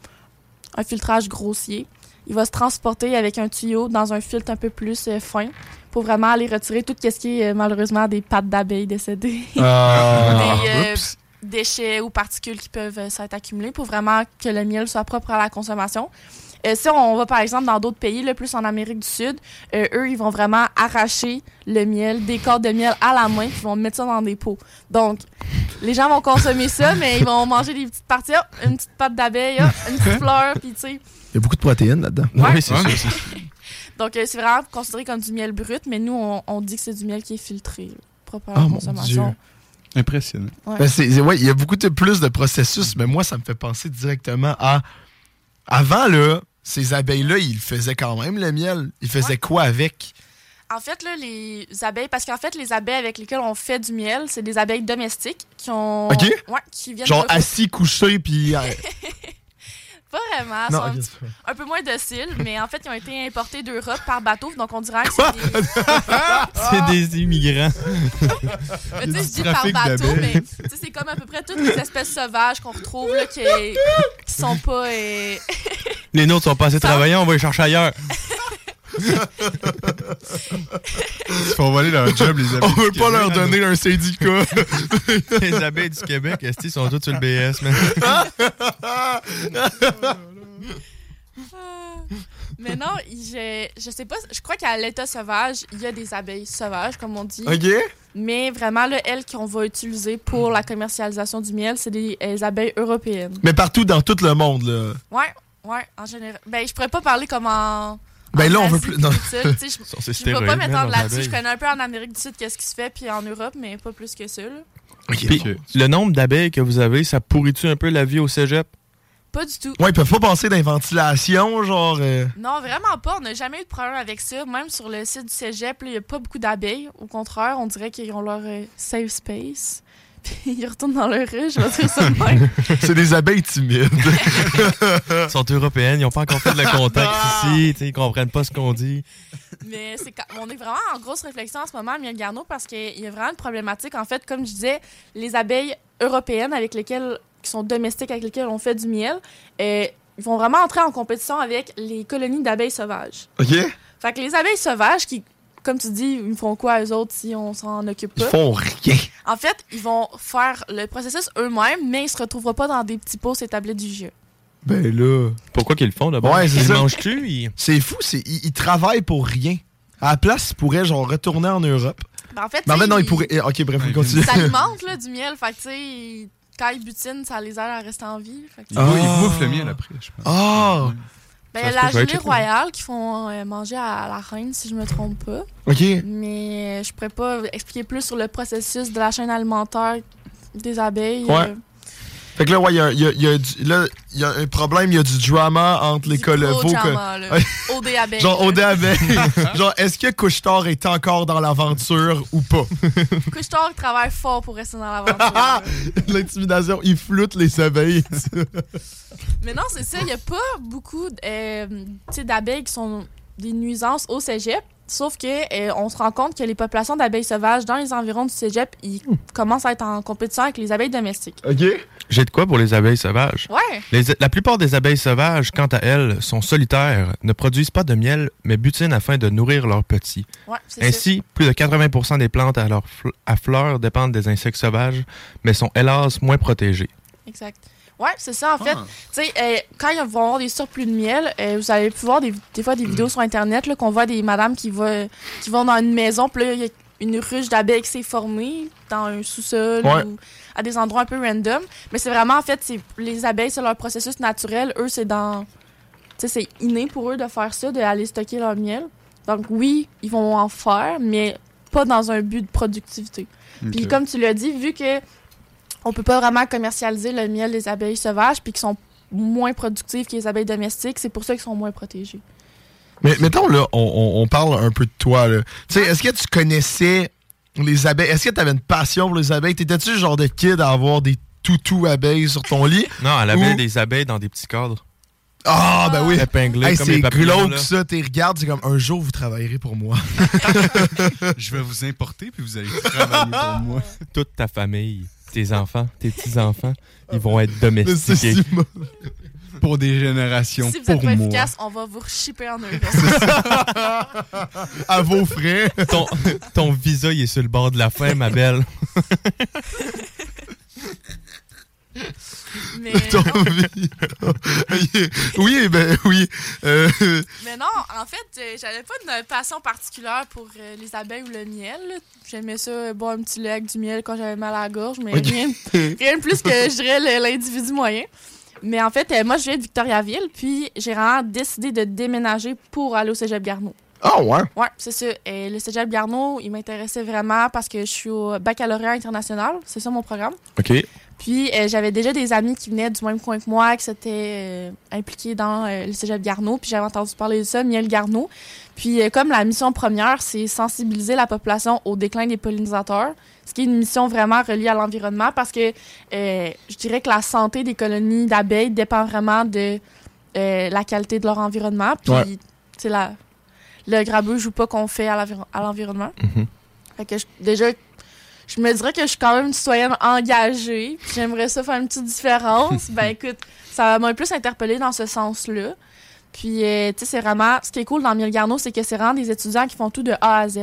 S4: un filtrage grossier. Il va se transporter avec un tuyau dans un filtre un peu plus euh, fin pour vraiment aller retirer tout ce qui est euh, malheureusement des pattes d'abeilles décédées, [LAUGHS] des euh,
S3: Oups.
S4: déchets ou particules qui peuvent euh, s'être accumulées pour vraiment que le miel soit propre à la consommation. Euh, si on va par exemple dans d'autres pays, le plus en Amérique du Sud, euh, eux, ils vont vraiment arracher le miel, des cordes de miel à la main, puis ils vont mettre ça dans des pots. Donc, les gens vont consommer ça, mais ils vont manger des petites parties, hop, une petite pâte d'abeille, hop, une petite fleur, puis tu sais,
S1: Il y a beaucoup de protéines là-dedans.
S2: Ah Oui, c'est
S3: Ouais.
S2: ça.
S4: Donc, euh, c'est vraiment considéré comme du miel brut, mais nous, on, on dit que c'est du miel qui est filtré, là, propre à la
S1: Oh, mon
S4: consommation.
S3: Impressionnant.
S1: Ben, c'est- c'est- ouais, il y a beaucoup de plus de processus, mais moi, ça me fait penser directement à. Avant, là, ces abeilles-là, ils le faisaient quand même, le miel. Ils faisaient
S4: Ouais.
S1: quoi avec?
S4: En fait, là, les abeilles, parce qu'en fait, les abeilles avec lesquelles on fait du miel, c'est des abeilles domestiques qui ont.
S1: Ok.
S4: Ouais, qui viennent.
S1: Genre
S4: de-
S1: assis, couché,
S4: [LAUGHS]
S1: puis. euh,
S4: Pas vraiment. elles sont
S1: non,
S4: un,
S1: ok,
S4: petit-
S1: c'est pas-
S4: un peu moins dociles, mais en fait, ils ont été importés d'Europe par bateau, donc on dirait
S1: [LAUGHS]
S4: que
S1: Quoi?
S4: c'est des.
S2: Ah. C'est des immigrants. [LAUGHS]
S4: Mais tu sais, je dis par
S3: trafic
S4: bateau, mais
S3: d'abeilles.
S4: tu sais, c'est comme à peu près toutes les espèces sauvages qu'on retrouve, là, qui, qui sont pas. euh, [LAUGHS]
S2: Les nôtres sont passés travailler, on va les chercher ailleurs.
S3: Ils se font voler leur job, les amis. [LAUGHS]
S1: On veut pas leur donner un syndicat.
S2: Les abeilles du Québec, esti, sont toutes sur le BS, man.
S4: Mais non, je, je sais pas, je crois qu'à l'état sauvage, il y a des abeilles sauvages, comme on dit.
S1: OK?
S4: Mais vraiment, là, elles qu'on va utiliser pour la commercialisation du miel, c'est des euh, abeilles européennes.
S1: Mais partout dans tout le monde, là.
S4: Ouais, ouais, en général. Ben, je pourrais pas parler comme en.
S1: Ben
S4: en
S1: là, on veut
S4: Asie,
S1: plus-
S4: puis
S1: non.
S4: tout
S1: [LAUGHS]
S4: ça, tu sais, je-
S2: Sont- C'est
S4: Je ne vais pas
S2: stéroïdes, man,
S4: m'étendre
S2: leurs
S4: là-dessus. Je
S2: abeilles.
S4: connais un peu en Amérique du Sud qu'est-ce qui se fait, puis en Europe, mais pas plus que ça. là.
S2: Puis, le nombre d'abeilles que vous avez, ça pourrit-tu un peu la vie au cégep?
S4: Pas du tout.
S1: Ouais, ils peuvent pas passer dans les ventilations, genre. euh,
S4: Non, vraiment pas. On n'a jamais eu de problème avec ça. Même sur le site du cégep, là, il n'y a pas beaucoup d'abeilles. Au contraire, on dirait qu'ils ont leur euh, safe space. [LAUGHS] puis ils retournent dans leur ruche, je vais dire ça de même.
S1: C'est des abeilles timides. [LAUGHS]
S2: Ah. Ils sont européennes, ils n'ont pas encore fait de contact
S4: Ah.
S2: ici, tu sais, ils comprennent pas ce qu'on dit.
S4: Mais c'est quand- on est vraiment en grosse réflexion en ce moment, Miel Garneau, parce qu'il y a vraiment une problématique. En fait, comme je disais, les abeilles européennes avec lesquelles, qui sont domestiques, avec lesquelles on fait du miel, euh, ils vont vraiment entrer en compétition avec les colonies d'abeilles sauvages.
S1: OK?
S4: Fait que les abeilles sauvages qui, comme tu dis, ils font quoi eux autres si on s'en occupe
S1: Ils
S4: pas?
S1: font rien.
S4: En fait, ils vont faire le processus eux-mêmes, mais ils se retrouveront pas dans des petits pots ces tablettes du jeu.
S1: Ben là.
S2: Pourquoi qu'ils le font d'abord?
S1: Ouais, c'est
S2: ils
S1: ça.
S2: mangent-tu? Ils-
S1: C'est fou, c'est, ils, ils travaillent pour rien. À la place, ils pourraient genre retourner en Europe.
S4: Ben, en fait,
S1: Mais en fait, non,
S4: ils-
S1: ils pourraient. eh, Ok, bref, on continue.
S4: ils [LAUGHS] s'alimentent là, du miel. Fait que, tu sais, ils- quand ils butinent, ça les aide à rester en vie. Fait que-
S3: Ils, bou- ils bouffent le miel après, je pense.
S1: [LAUGHS] Ah!
S4: ben,
S2: ça se peut,
S4: la
S2: je vais
S4: gelée
S1: hein.
S2: checker.
S4: royale qu'ils font euh, manger à la reine, si je me trompe pas.
S1: Ok.
S4: Mais euh, je pourrais pas expliquer plus sur le processus de la chaîne alimentaire des abeilles. euh,
S1: Ouais. Fait que là, ouais, il y a, il y a- il y a du- là, il y a un problème, il y a du drama entre les euh, colons.
S4: OD abeilles.
S1: Genre, au avec. [LAUGHS] genre, est-ce que Couchetard est encore dans l'aventure ou pas?
S4: Couchetard travaille fort pour rester
S1: [LAUGHS]
S4: dans l'aventure. là.
S1: L'intimidation, il floute les abeilles.
S4: Mais non, c'est ça, il n'y a pas beaucoup euh, tu sais, d'abeilles qui sont des nuisances au cégep. Sauf que euh, on se rend compte que les populations d'abeilles sauvages dans les environs du cégep, ils commencent à être en compétition avec les abeilles domestiques.
S1: ok?
S2: J'ai de quoi pour les abeilles sauvages?
S4: Ouais,
S2: Les- la plupart des abeilles sauvages, quant à elles, sont solitaires, ne produisent pas de miel, mais butinent afin de nourrir leurs petits.
S4: ouais, c'est ça.
S2: Ainsi, plus de 80% des plantes à, leurs fl- à fleurs dépendent des insectes sauvages, mais sont hélas moins protégées.
S4: Exact. Ouais, c'est ça, en fait. Tu sais, euh, quand ils vont avoir des surplus de miel, euh, vous allez pouvoir des, des fois des vidéos sur Internet là, qu'on voit des madames qui, va, qui vont dans une maison, puis là, il y a une ruche d'abeilles qui s'est formée dans un sous-sol
S1: Ouais.
S4: ou à des endroits un peu random. Mais c'est vraiment, en fait, c'est les abeilles, c'est leur processus naturel. Eux, c'est dans. Tu sais, c'est inné pour eux de faire ça, d'aller stocker leur miel. Donc, oui, ils vont en faire, mais pas dans un but de productivité. Puis
S3: Ok.
S4: comme tu l'as dit, vu que on peut pas vraiment commercialiser le miel des abeilles sauvages, puis qu'ils sont moins productives que les abeilles domestiques, c'est pour ça qu'ils sont moins protégés.
S1: Mais mettons, là, on, on- on parle un peu de toi, là. Tu sais, est-ce que tu connaissais les abeilles? Est-ce que tu avais une passion pour les abeilles? T'étais-tu le genre de kid à avoir des toutous abeilles sur ton lit?
S2: Non, elle avait
S1: Ou-
S2: des abeilles dans des petits cadres.
S1: Ah, ben oui!
S2: Épinglées
S1: Hey,
S2: comme les
S1: c'est
S2: papillons,
S1: glauque
S2: là.
S1: ça, t'es regardes, c'est comme un jour vous travaillerez pour moi.
S3: Je vais vous importer, puis vous allez travailler pour moi.
S2: Toute ta famille, tes enfants, tes petits-enfants, ils vont être
S1: Mais c'est
S2: domestiqués.
S1: si mo-
S3: Pour des générations,
S4: [LAUGHS] si vous
S3: pour
S4: êtes pas
S3: moi.
S4: efficace, on va vous rechipper en Europe.
S1: à vos frais. [LAUGHS]
S2: ton, ton visa, il est sur le bord de la fin, ma belle.
S4: mais,
S3: [LAUGHS]
S1: Ton vie. oui, ben oui. Euh,
S4: mais non, en fait, euh, j'avais pas de passion particulière pour euh, les abeilles ou le miel. là. J'aimais ça, euh, boire un petit lait avec du miel quand j'avais mal à la gorge, mais
S1: Ok.
S4: rien, rien de plus que je dirais le- l'individu moyen. Mais en fait, euh, moi, je viens de Victoriaville, puis j'ai vraiment décidé de déménager pour aller au Cégep Garneau.
S1: Ah ouais.
S4: Oui, c'est ça. Et le Cégep Garneau, il m'intéressait vraiment parce que je suis au baccalauréat international. C'est ça mon programme.
S2: OK.
S4: Puis euh, j'avais déjà des amis qui venaient du même coin que moi, qui s'étaient euh, impliqués dans euh, le Cégep Garneau. Puis j'avais entendu parler de ça, Miel Garneau. Puis euh, comme la mission première, c'est sensibiliser la population au déclin des pollinisateurs, ce qui est une mission vraiment reliée à l'environnement parce que euh, je dirais que la santé des colonies d'abeilles dépend vraiment de euh, la qualité de leur environnement. Puis
S1: Ouais.
S4: c'est la le grabuge ou pas qu'on fait à l'enviro- à l'environnement.
S2: Mhm.
S4: Fait que je- déjà, je me dirais que je suis quand même une citoyenne engagée. puis J'aimerais ça faire une petite différence. ben écoute, ça m'a plus interpellée dans ce sens-là. Puis, euh, tu sais, c'est vraiment... Ce qui est cool dans Mille Garneau, c'est que c'est vraiment des étudiants qui font tout de A à Z.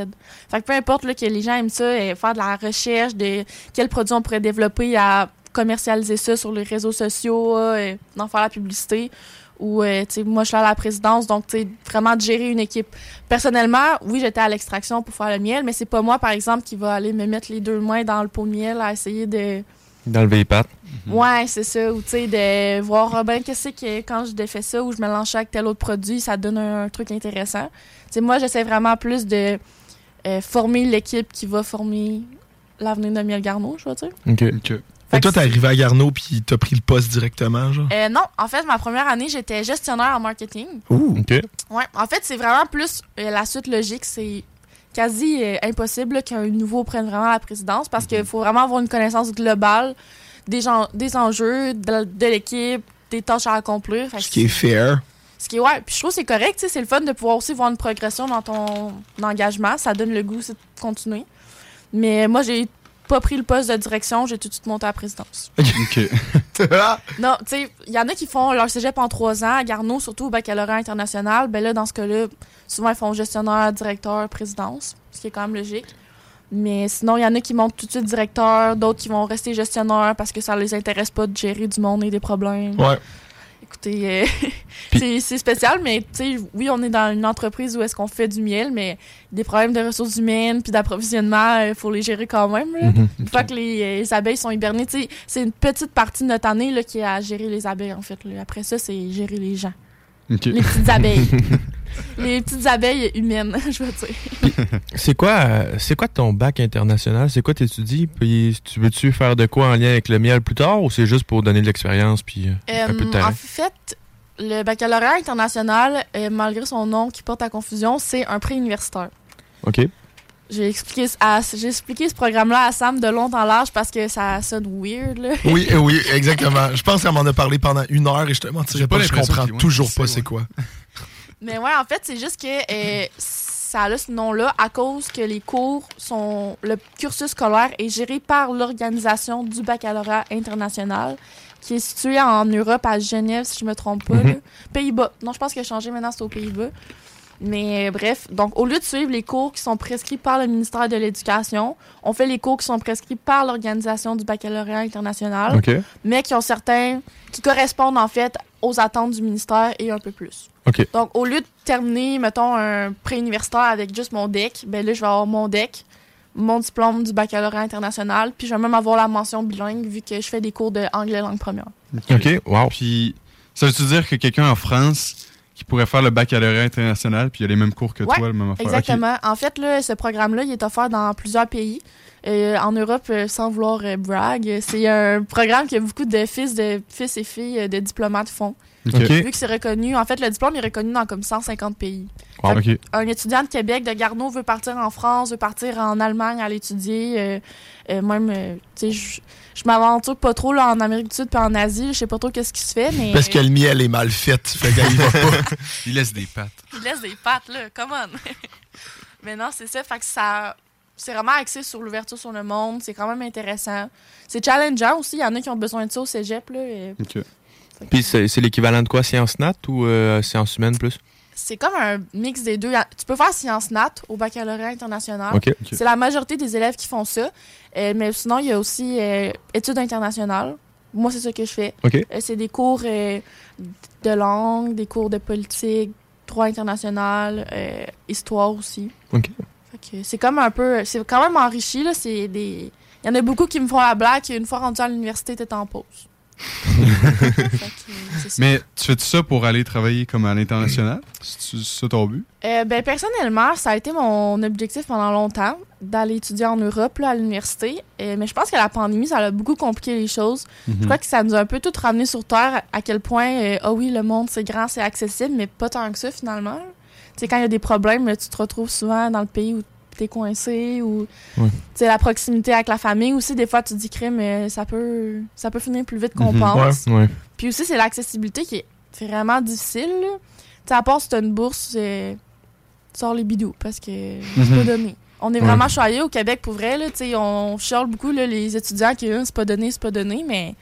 S4: Fait que peu importe là, que les gens aiment ça, euh, faire de la recherche, de quels produits on pourrait développer à commercialiser ça sur les réseaux sociaux, euh, d'en faire la publicité. Ou, euh, tu sais, moi, je suis à la présidence, donc, tu sais, vraiment de gérer une équipe. Personnellement, oui, j'étais à l'extraction pour faire le miel, mais c'est pas moi, par exemple, qui va aller me mettre les deux mains dans le pot de miel à essayer de...
S2: Dans le VIPAT.
S4: Ouais, c'est ça. Ou, tu sais, de voir, ah, ben, qu'est-ce que quand je défais ça ou je mélange ça avec tel autre produit, ça donne un, un truc intéressant. Tu sais, moi, j'essaie vraiment plus de euh, former l'équipe qui va former l'avenir de Miel Garneau, je veux dire.
S2: OK.
S3: Ok.
S4: Fait
S1: Et
S4: que
S1: toi, t'es arrivé à Garneau puis t'as pris le poste directement, genre.
S4: Euh, non, en fait, ma première année, j'étais gestionnaire en marketing.
S2: OK.
S4: Ouais, en fait, c'est vraiment plus euh, la suite logique, c'est quasi euh, impossible là, qu'un nouveau prenne vraiment la présidence parce qu'il faut vraiment avoir une connaissance globale des, gens, des enjeux, de, de l'équipe, des tâches à accomplir. Fait que
S1: Ce qui est [LAUGHS] fair.
S4: ce qui est, ouais, puis je trouve que c'est correct, tu sais, c'est le fun de pouvoir aussi voir une progression dans ton engagement. Ça donne le goût aussi de continuer. Mais moi, j'ai pas pris le poste de direction, j'ai tout de suite monté à la présidence.
S3: OK.
S1: Ah!
S4: Non, tu sais, il y en a qui font leur cégep en trois ans, à Garneau, surtout au baccalauréat international. Ben là, dans ce cas-là, souvent, ils font gestionnaire, directeur, présidence, ce qui est quand même logique. Mais sinon, il y en a qui montent tout de suite directeur, d'autres qui vont rester gestionnaire parce que ça les intéresse pas de gérer du monde et des problèmes.
S1: ouais.
S4: Écoutez, euh, [LAUGHS] c'est- c'est spécial, mais tu sais, oui, on est dans une entreprise où est-ce qu'on fait du miel, mais des problèmes de ressources humaines puis d'approvisionnement, il faut les gérer quand même. là.
S2: Mhm.
S4: Une fois que les, euh, les abeilles sont hibernées, tu sais, c'est une petite partie de notre année là, qui est à gérer les abeilles, en fait. là. Après ça, c'est gérer les gens.
S3: OK.
S4: Les
S2: [LAUGHS]
S4: petites abeilles. les petites abeilles humaines, [LAUGHS] je veux dire.
S2: C'est quoi, euh, c'est quoi ton bac international? C'est quoi t'étudies? Puis tu veux-tu faire de quoi en lien avec le miel plus tard ou c'est juste pour donner de l'expérience puis euh, un peu de
S4: Euh,
S2: terrain?
S4: en fait, le baccalauréat international, euh, malgré son nom qui porte à confusion, c'est un prix universitaire.
S2: OK.
S4: J'ai expliqué, ce- à- j'ai expliqué ce programme-là à Sam de long en large parce que ça sonne weird. Là.
S1: Oui, eh oui, exactement. Je pense qu'elle m'en a parlé pendant une heure et je te mentirais
S3: J'ai
S1: pas,
S3: pas
S1: je
S3: l'impression
S1: comprends
S3: qu'il- ouais,
S1: toujours pas
S3: c'est-
S1: c'est quoi.
S4: Mais ouais, en fait, c'est juste que euh, ça a ce nom-là à cause que les cours sont. Le cursus scolaire est géré par l'organisation du baccalauréat international qui est située en Europe, à Genève, si je me trompe pas. là. Pays-Bas. Non, je pense que a changé maintenant, c'est aux Pays-Bas. Mais euh, bref, donc au lieu de suivre les cours qui sont prescrits par le ministère de l'Éducation, on fait les cours qui sont prescrits par l'organisation du baccalauréat international.
S2: OK.
S4: mais qui ont certains qui correspondent en fait aux attentes du ministère et un peu plus.
S2: OK.
S4: Donc au lieu de terminer mettons un pré-universitaire avec juste mon DEC, ben là je vais avoir mon DEC, mon diplôme du baccalauréat international, puis je vais même avoir la mention bilingue vu que je fais des cours de anglais langue première.
S2: OK. Wow.
S3: Puis, ça veut-tu dire que quelqu'un en France qui pourrait faire le baccalauréat international, puis il a les mêmes cours que
S4: Ouais,
S3: toi, le même affaire? OK.
S4: Exactement. En fait, là, ce programme-là, il est offert dans plusieurs pays. Euh, en Europe, euh, sans vouloir euh, brag, euh, c'est un programme que beaucoup de fils, de fils et filles euh, de diplomates font.
S3: OK.
S2: OK.
S4: Vu que c'est reconnu, en fait, le diplôme est reconnu dans comme 150 pays.
S2: Wow.
S3: OK.
S4: un étudiant de Québec, de Garneau, veut partir en France, veut partir en Allemagne à l'étudier. euh, euh, même, euh, tu sais, je- je m'aventure pas trop là, en Amérique du Sud puis en Asie. Je sais pas trop qu'est-ce qui se fait, mais
S1: Parce que le miel est mal fait. fait qu'elle y va pas.
S3: [LAUGHS] Il laisse des pattes.
S4: [LAUGHS] il laisse des pattes, là. Come on! [LAUGHS] mais non, c'est ça. Fait que ça... C'est vraiment axé sur l'ouverture sur le monde. C'est quand même intéressant. C'est challengeant aussi. Il y en a qui ont besoin de ça au cégep, là. euh, et
S3: OK.
S2: Puis c'est c'est l'équivalent de quoi? Sciences nat ou euh, sciences humaines plus?
S4: C'est comme un mix des deux. Tu peux faire sciences nat au baccalauréat international.
S2: OK.
S3: Ok.
S4: C'est la majorité des élèves qui font ça. Euh, mais sinon, il y a aussi euh, études internationales. Moi, c'est ça que je fais.
S2: OK.
S4: Euh, c'est des cours euh, de langue, des cours de politique, droit international, euh, histoire aussi.
S2: OK.
S4: Fait que c'est comme un peu. C'est quand même enrichi. là. C'est des... Il y en a beaucoup qui me font la blague qu'une fois rendu à l'université, t'es
S2: [LAUGHS]
S4: en pause. Fait que, euh, c'est ça.
S3: Mais tu fais ça pour aller travailler comme à [CLEARS THROAT] l'international? C'est ça ton but?
S4: Euh, ben, personnellement, ça a été mon objectif pendant longtemps, d'aller étudier en Europe, là, à l'université. Euh, mais je pense que la pandémie, ça a beaucoup compliqué les choses. Je crois que ça nous a un peu tout ramené sur Terre, à quel point, euh, ah oui, le monde, c'est grand, c'est accessible, mais pas tant que ça, finalement. Tu sais, quand il y a des problèmes, tu te retrouves souvent dans le pays où t'es coincé ou
S2: Ouais.
S4: tu sais la proximité avec la famille aussi des fois tu te dis crime mais ça peut ça peut finir plus vite qu'on
S3: Mhm.
S4: pense
S2: Ouais.
S4: puis aussi, c'est l'accessibilité qui est vraiment difficile. là. Tu sais, à part si t'as une bourse, euh, tu sors les bidous parce que c'est pas donné. On est vraiment choyé au Québec pour vrai. Là, Tu sais, on chiale beaucoup là, les étudiants qui, eux, c'est pas donné, c'est pas donné, mais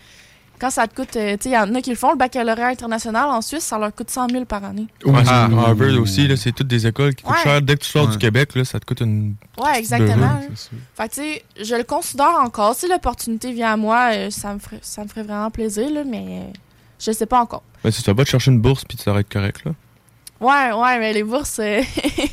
S4: quand ça te coûte. euh, tu sais, il y en a qui le font, le baccalauréat international en Suisse, ça leur coûte 100 000 par année.
S2: Ouais, c'est-
S3: Ah.
S2: Harvard aussi, là, c'est toutes des écoles qui coûtent
S4: Ouais.
S2: cher. Dès que tu sors
S3: Ouais.
S2: du Québec, là, ça te coûte une.
S4: Ouais, exactement.
S2: Ben
S4: là.
S3: C'est sûr.
S4: Fait que, tu sais, je le considère encore. Si l'opportunité vient à moi, euh, ça, me ferait, ça me ferait vraiment plaisir, là, mais euh, je sais pas encore.
S2: Ben, si tu vas pas te chercher une bourse, puis ça va être correct. Là.
S4: Ouais, ouais, mais les bourses euh, [LAUGHS]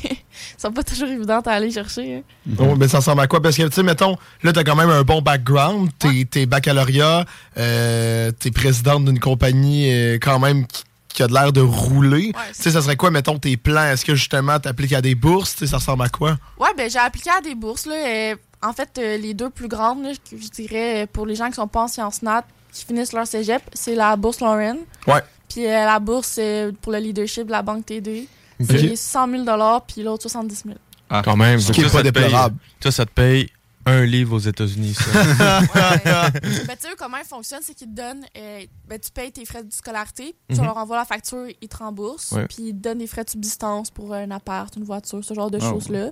S4: sont pas toujours évidentes à aller chercher. hein.
S2: Mm-hmm.
S1: Ouais, Oh, mais ça ressemble à quoi? Parce que, tu sais, mettons, là, t'as quand même un bon background. T'es, t'es baccalauréat, euh, t'es présidente d'une compagnie euh, quand même qui, qui a de l'air de rouler.
S4: Ouais,
S1: tu sais, ça serait quoi, mettons, tes plans? Est-ce que, justement, t'appliques à des bourses? Tu sais, ça ressemble à quoi?
S4: Ouais, ben j'ai appliqué à des bourses. Là, euh, en fait, euh, les deux plus grandes, là, que je dirais, euh, pour les gens qui sont pas en sciences nat, qui finissent leur cégep, c'est la bourse Lauren.
S1: Ouais.
S4: Puis euh, la bourse euh, pour le leadership de la banque TD.
S1: Ok.
S4: C'est 100 000 puis l'autre 70 000.
S3: Ah.
S2: Quand même.
S1: Ce qui est
S2: Ça,
S1: pas
S2: ça te paye- [LAUGHS]
S1: déplorable.
S2: Ça, ça te paye un livre aux États-Unis, ça.
S4: Mais Ben, tu sais, eux, comment ils fonctionnent, c'est qu'ils te donnent. euh, ben, tu payes tes frais de scolarité, tu
S2: Mhm.
S4: leur envoies la facture, ils te remboursent,
S2: Ouais.
S4: puis ils te donnent des frais de subsistance pour un appart, une voiture, ce genre de
S3: Ah,
S4: choses-là.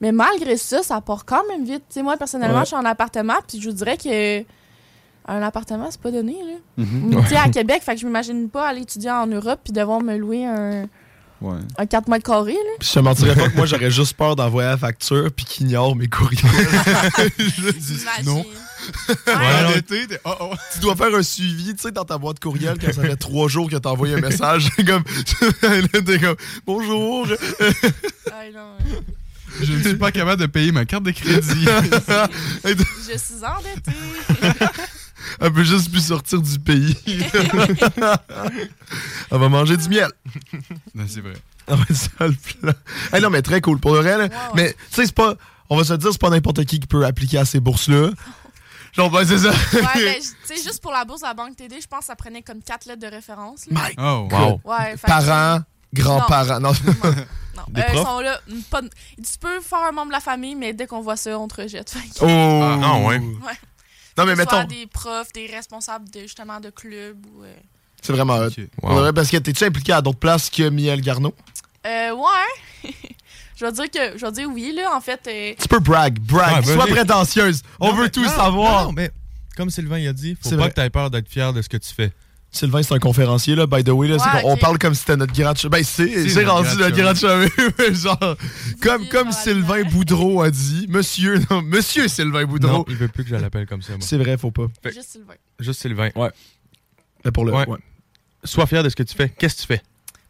S4: Mais malgré ça, ça part quand même vite. Tu sais, moi, personnellement,
S2: Ouais.
S4: je suis en appartement, puis je vous dirais que. Un appartement, c'est pas donné, là.
S3: Mhm.
S4: Tu sais, à Québec, fait que je m'imagine pas aller étudier en Europe puis devoir me louer un,
S3: Ouais.
S4: un 4 mètres carrés, là.
S1: Puis je te mentirais pas que moi, j'aurais juste peur d'envoyer la facture puis qu'ils ignorent mes courriels.
S4: Non.
S1: Ouais, non,
S3: L'été, t'es- oh, oh.
S1: tu dois faire un suivi, tu sais, dans ta boîte courriel quand
S3: [LAUGHS]
S1: ça fait trois jours que t'as envoyé un message. [LAUGHS] comme, là, t'es comme, bonjour.
S3: Je ne suis pas capable de payer ma carte de [LAUGHS] crédit.
S4: Je suis [LAUGHS] endettée.
S1: Elle peut juste plus sortir du
S3: [LAUGHS]
S1: pays. Elle va manger du miel.
S3: Non, c'est vrai.
S1: Ah ouais, c'est ça le plan. Hey, non, mais très cool pour le reste. là. Mais tu sais, c'est pas. On va se le dire, c'est pas n'importe qui qui peut appliquer à ces
S4: [LAUGHS]
S1: bourses-là. Genre, ben, c'est ça.
S4: Ouais,
S1: [LAUGHS]
S4: mais j- tu sais, juste pour la bourse de la Banque TD, je pense que ça prenait comme 4 lettres de référence. là.
S1: My
S3: Oh,
S1: God.
S4: Ouais, fait que-
S1: Parents, grands-parents. Non.
S4: Non,
S2: Des
S4: euh, ils
S2: profs?
S4: sont là. mm, pas de- Ils disent, tu peux faire un membre de la famille, mais dès qu'on voit ça, on te rejette. [LAUGHS] Fait que-
S1: Oh.
S2: Ah, non, ouais.
S4: Ouais.
S1: Non, mais
S4: Que ce soit
S1: mettons.
S4: des profs, des responsables de, justement de clubs. Ou, euh...
S1: C'est vraiment hot.
S3: Ok.
S1: Pour le reste, Parce que t'es-tu impliqué à d'autres places que Miel Garneau?
S4: Euh, ouais. [LAUGHS] je vais dire que je vais dire oui, là. En fait, euh,
S1: Tu peux brag, brag.
S2: Ouais, ben,
S1: Sois
S2: mais-
S1: prétentieuse. [LAUGHS] On
S2: Non,
S1: veut
S2: mais-
S1: tout
S2: non,
S1: savoir.
S2: Non, non, mais comme Sylvain il a dit, faut
S1: C'est
S2: pas
S1: vrai.
S2: que tu aies peur d'être fier de ce que tu fais.
S1: Sylvain, c'est un conférencier, là, by the way. Là, c'est
S4: Ouais,
S1: qu'on- on
S4: ok.
S1: parle comme si c'était notre grand chum. Ben, c'est,
S3: C'est
S1: c'est
S3: notre
S1: rendu notre grand
S3: grand
S1: chum. [LAUGHS] mais genre, comme, comme
S4: dans la
S1: Sylvain
S4: lumière.
S1: Boudreau a dit, monsieur, non, monsieur Sylvain Boudreau.
S2: Non, il veut plus que je l'appelle comme ça, moi.
S1: C'est vrai, faut pas.
S2: Fait-
S4: juste Sylvain.
S2: Juste Sylvain. Ouais.
S1: Mais pour le.
S2: Ouais. Sois fier de ce que tu fais. Qu'est-ce que tu fais?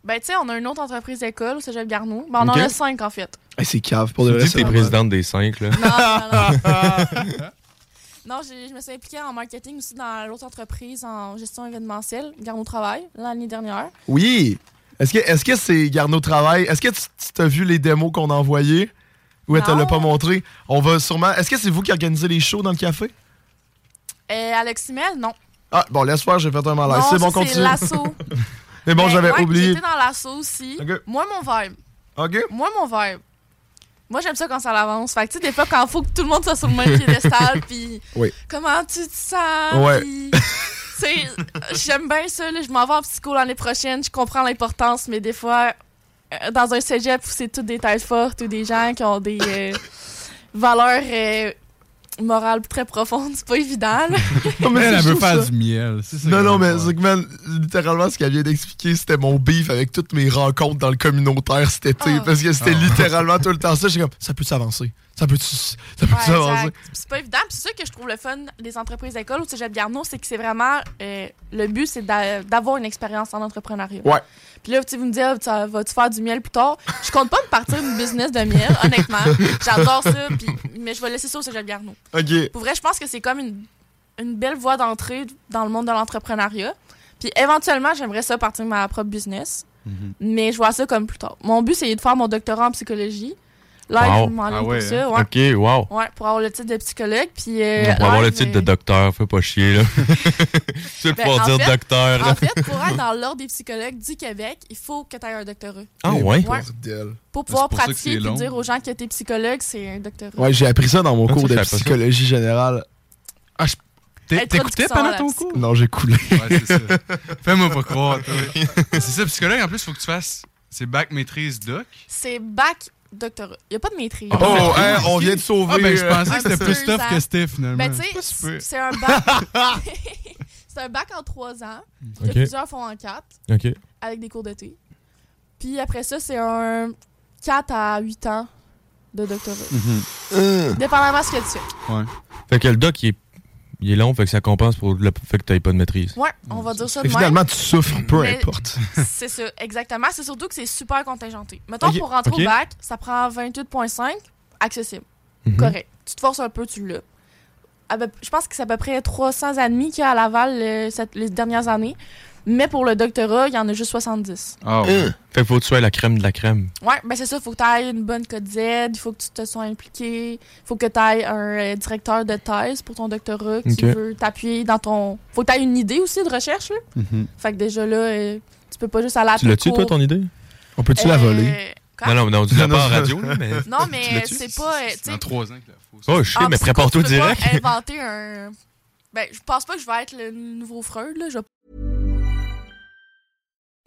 S4: Ben, tu sais, on a une autre entreprise d'école au Cégep Garneau. Ben, on
S2: Ok.
S4: en a 5, en fait.
S1: Hey, c'est cave, pour le
S2: Tu dis
S1: reste.
S2: que t'es présidente des cinq, là.
S4: Non, non, non. Non, j'ai- je me suis impliquée en marketing aussi dans l'autre entreprise en gestion événementielle, Garneau Travail, l'année dernière.
S1: Oui. Est-ce que, est-ce que c'est Garneau Travail? Est-ce que tu, tu t'as vu les démos qu'on a envoyées? Ou elle te
S4: Non.
S1: l'a pas montré? On va sûrement. Est-ce que c'est vous qui organisez les shows dans le café?
S4: Euh, Alex Mel, non.
S1: Ah, bon, laisse faire, j'ai fait un malaise.
S4: non,
S1: c'est bon,
S4: ça,
S1: continue.
S4: l'assaut.
S1: [LAUGHS] Mais bon,
S4: Ben,
S1: j'avais
S4: ouais,
S1: oublié.
S4: J'étais dans l'assaut aussi.
S1: Ok.
S4: Moi, mon vibe. [LAUGHS]
S1: OK.
S4: Moi, mon vibe. Moi, j'aime ça quand ça l'avance. Fait que, tu sais, des fois, quand il faut que tout le monde soit sur le
S1: [LAUGHS]
S4: même piédestal, puis
S1: Oui.
S4: comment tu te sens,
S1: Ouais.
S4: puis- tu sais, j'aime bien ça. là. Je m'en vais en psycho l'année prochaine. Je comprends l'importance, mais des fois, euh, dans un cégep où c'est toutes des têtes fortes ou des gens qui ont des euh, valeurs euh, morales très profondes, c'est pas évident, là.
S1: Non, mais
S3: Elle,
S1: c'est
S3: elle veut
S1: juste
S3: faire
S1: ça.
S3: du miel. c'est ça
S1: Non,
S3: qu'elle
S1: non,
S3: veut
S1: mais c'est que, man, littéralement, ce qu'elle vient d'expliquer, c'était mon beef avec toutes mes rencontres dans le communautaire cet été.
S4: Ah.
S1: Parce que c'était
S3: Ah.
S1: littéralement tout le temps ça. J'étais comme, ça peut s'avancer. Ça peut ça peut
S4: Ouais,
S1: s'avancer.
S4: exact. Puis C'est pas évident. Puis c'est ça que je trouve le fun des entreprises d'école au Cégep Garneau, c'est que c'est vraiment... euh, le but, c'est d'a- d'avoir une expérience en entrepreneuriat.
S1: Ouais.
S4: Puis là, tu sais, vous me dire, Ah, tu- vas-tu faire du miel plus tard? Je compte pas me partir une business de miel, honnêtement. J'adore ça, puis, mais je vais laisser ça au Cégep Garneau.
S1: OK.
S4: Pour vrai, je pense que c'est comme une, une belle voie d'entrée dans le monde de l'entrepreneuriat. Puis éventuellement, j'aimerais ça partir ma propre business,
S3: Mhm.
S4: mais je vois ça comme plus tard. Mon but, c'est de faire mon doctorat en psychologie. Là,
S2: Wow. hein?
S4: je m'en
S3: Ah
S4: vais
S3: ouais,
S4: pour ça. ouais.
S2: OK, wow.
S4: Ouais, pour avoir le titre de psychologue. Puis, euh,
S2: pour avoir
S4: ouais,
S2: le titre de
S4: mais-
S2: docteur, fais pas chier,
S4: [LAUGHS]
S2: là. tu veux
S4: Ben,
S2: pouvoir
S4: en
S2: dire
S4: fait-
S2: docteur, là.
S4: En fait, pour être dans l'ordre des psychologues du Québec, il faut que tu aies un doctorat.
S2: Ah
S1: Et
S2: ouais?
S1: bordel.
S4: Pour pouvoir
S3: pour ça que
S4: pratiquer
S3: c'est
S4: et
S3: long.
S4: dire aux gens que tu es psychologue, c'est un doctorat.
S1: Ouais, j'ai appris ça dans mon
S2: Ah,
S1: cours
S2: ça,
S1: de
S2: je savais pas ça. Ah,
S1: psychologie générale.
S3: T'é-
S4: Introduction
S3: T'écoutais
S4: à
S3: pendant
S4: la
S3: ton
S4: psycho.
S3: cours?
S1: Non, j'ai
S4: [LAUGHS]
S1: coulé.
S3: Ouais, c'est ça. [LAUGHS] Fais-moi pas croire, toi. C'est ça, psychologue, en plus, faut que tu fasses. C'est bac maîtrise doc.
S4: C'est bac doctorat. Il n'y a pas de maîtrise.
S1: Oh, hein, on vient de sauver.
S3: Ah, ben, je
S1: euh,
S3: pensais que
S4: Un
S3: c'était
S4: petit
S3: plus
S4: peu,
S3: tough
S4: ça.
S3: que c'était, finalement.
S4: Ben,
S3: C'est
S4: tu
S3: pas
S4: sais,
S3: super.
S4: c'est un bac. [LAUGHS] c'est un bac en trois ans, que
S2: Ok.
S4: plusieurs font en quatre,
S2: OK.
S4: avec des cours d'été. Puis après ça, c'est un 4 à 8 ans de doctorat. Dépendamment de ce que tu fais.
S2: Fait que le doc, il est, il est long, fait que ça compense pour le fait que t'aies pas de maîtrise.
S4: Ouais, on va dire ça
S1: Et
S4: de même.
S1: finalement, tu souffres, peu
S4: Mais-
S1: importe.
S4: C'est ça, exactement. C'est surtout que c'est super contingenté. Mettons,
S1: Ok,
S4: pour rentrer
S2: ok.
S4: au bac, ça prend 28,5, accessible,
S2: Mhm.
S4: correct. Tu te forces un peu, tu l'as. À peu- Je pense que c'est à peu près 300 admis qu'il y a à Laval euh, cette- les dernières années. Mais pour le doctorat, il y en a juste 70.
S3: Ah, ouais.
S2: Fait que faut que tu sois la crème de la crème.
S4: Ouais, ben c'est ça, faut que tu ailles une bonne code Z, il faut que tu te sois impliqué, faut que tu ailles un euh, directeur de thèse pour ton doctorat qui
S2: Ok.
S4: veut t'appuyer dans ton. Faut que tu aies une idée aussi de recherche, là.
S3: Mhm.
S4: Fait que déjà là, euh, tu peux pas juste aller à
S2: Tu l'as-tu, toi, ton idée?
S1: On peut-tu la
S4: Euh,
S1: voler?
S4: Quoi?
S2: Non, non, non, dis-le pas en radio, là, mais.
S4: Non,
S2: Tu
S4: mais
S2: l'as-tu?
S4: c'est pas. euh, tu sais,
S3: Dans trois ans que la fausse.
S2: Oh, je sais,
S4: en
S2: mais
S4: psycho,
S2: prépare-toi
S4: tu peux pas
S2: direct. [LAUGHS]
S4: inventer un. Ben, je pense pas que je vais être le nouveau Freud, là. Je vais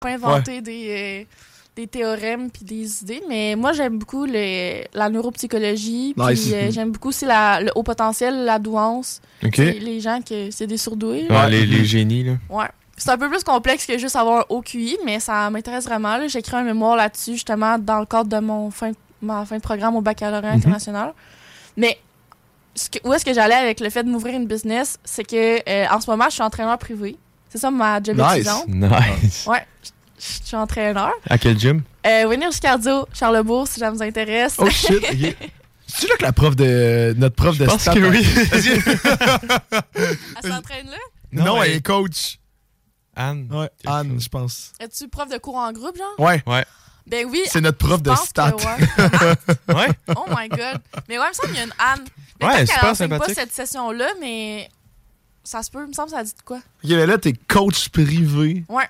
S4: pas inventer des, euh, des théorèmes puis des idées, mais moi, j'aime beaucoup le- la neuropsychologie. Puis
S1: Nice.
S4: euh, j'aime beaucoup aussi la, le haut potentiel, la douance.
S2: OK.
S4: C'est Les gens que c'est des surdoués. là.
S2: Ouais, les, les génies, là.
S4: Ouais. C'est un peu plus complexe que juste avoir un haut QI, mais ça m'intéresse vraiment. là. J'ai écrit un mémoire là-dessus, justement, dans le cadre de mon fin, ma fin de programme au baccalauréat
S1: Mhm.
S4: international. Mais ce que- où est-ce que j'allais avec le fait de m'ouvrir une business, c'est que euh, en ce moment, je suis entraîneur privé. C'est ça ma job
S1: Nice.
S4: étudiante.
S2: Nice.
S4: Ouais, je, je suis entraîneur.
S1: Ah.
S2: À quel gym?
S4: Euh, Winners Cardio, Charlebourg, si ça vous intéresse.
S1: Oh shit, ok. C'est-tu là que la prof de. Notre prof de
S2: pense
S1: stats-
S2: que oui.
S1: Vas-y. euh,
S4: Elle s'entraîne là?
S1: [LAUGHS] non,
S2: Non,
S1: elle
S2: elle-
S1: est coach.
S2: Anne.
S1: Ouais, Anne, je pense.
S4: Es-tu prof de cours en groupe, genre?
S1: Ouais.
S2: Ouais.
S4: Ben oui.
S1: C'est notre prof
S4: je
S1: de
S4: pense que
S1: stats.
S4: ouais.
S2: Ouais?
S4: Oh my god. Mais ouais, il me semble qu'il y a une Anne. Mais
S2: Ouais,
S4: peut-être
S2: super
S4: qu'elle enseigne pas
S2: sympathique.
S4: cette session-là, mais ça se peut, il me semble, ça dit de quoi.
S1: [LAUGHS] Ok, mais là, t'es coach privé.
S4: Ouais.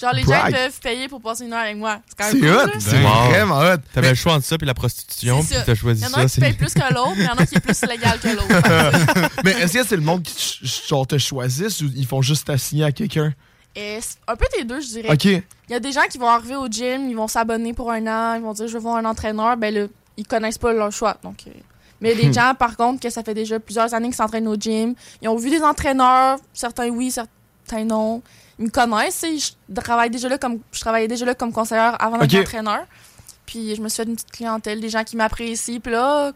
S4: Genre, les gens
S1: Brag.
S4: ils peuvent payer pour passer une heure avec moi. C'est quand
S1: C'est
S4: même cool,
S1: hot,
S4: là.
S1: c'est
S2: Wow.
S1: vraiment hot.
S2: T'avais le choix entre ça puis la prostitution,
S4: C'est
S2: puis
S4: ça.
S2: Ben, t'as choisi
S4: Il y en a
S2: ça.
S4: un qui
S2: c'est-
S4: paye plus que l'autre, mais il y en a un qui est plus légal que
S2: [LAUGHS]
S4: l'autre.
S1: Mais est-ce que c'est le monde qui ch- ch- genre, te choisisse ou ils font juste t'assigner à quelqu'un?
S4: Et c'est un peu des deux, je dirais.
S1: Ok.
S4: Il y a des gens qui vont arriver au gym, ils vont s'abonner pour un an, ils vont dire je veux voir un entraîneur, ben là, ils connaissent pas leur choix. Donc, euh, Mais
S1: [LAUGHS]
S4: des gens, par contre, que ça fait déjà plusieurs années qu'ils s'entraînent au gym, ils ont vu des entraîneurs, certains oui, certains non. Ils me connaissent, et je travaille déjà là comme je travaillais déjà là comme conseillère avant d'être
S1: Ok.
S4: entraîneur. Puis je me suis fait une petite clientèle, des gens qui m'apprécient, puis là,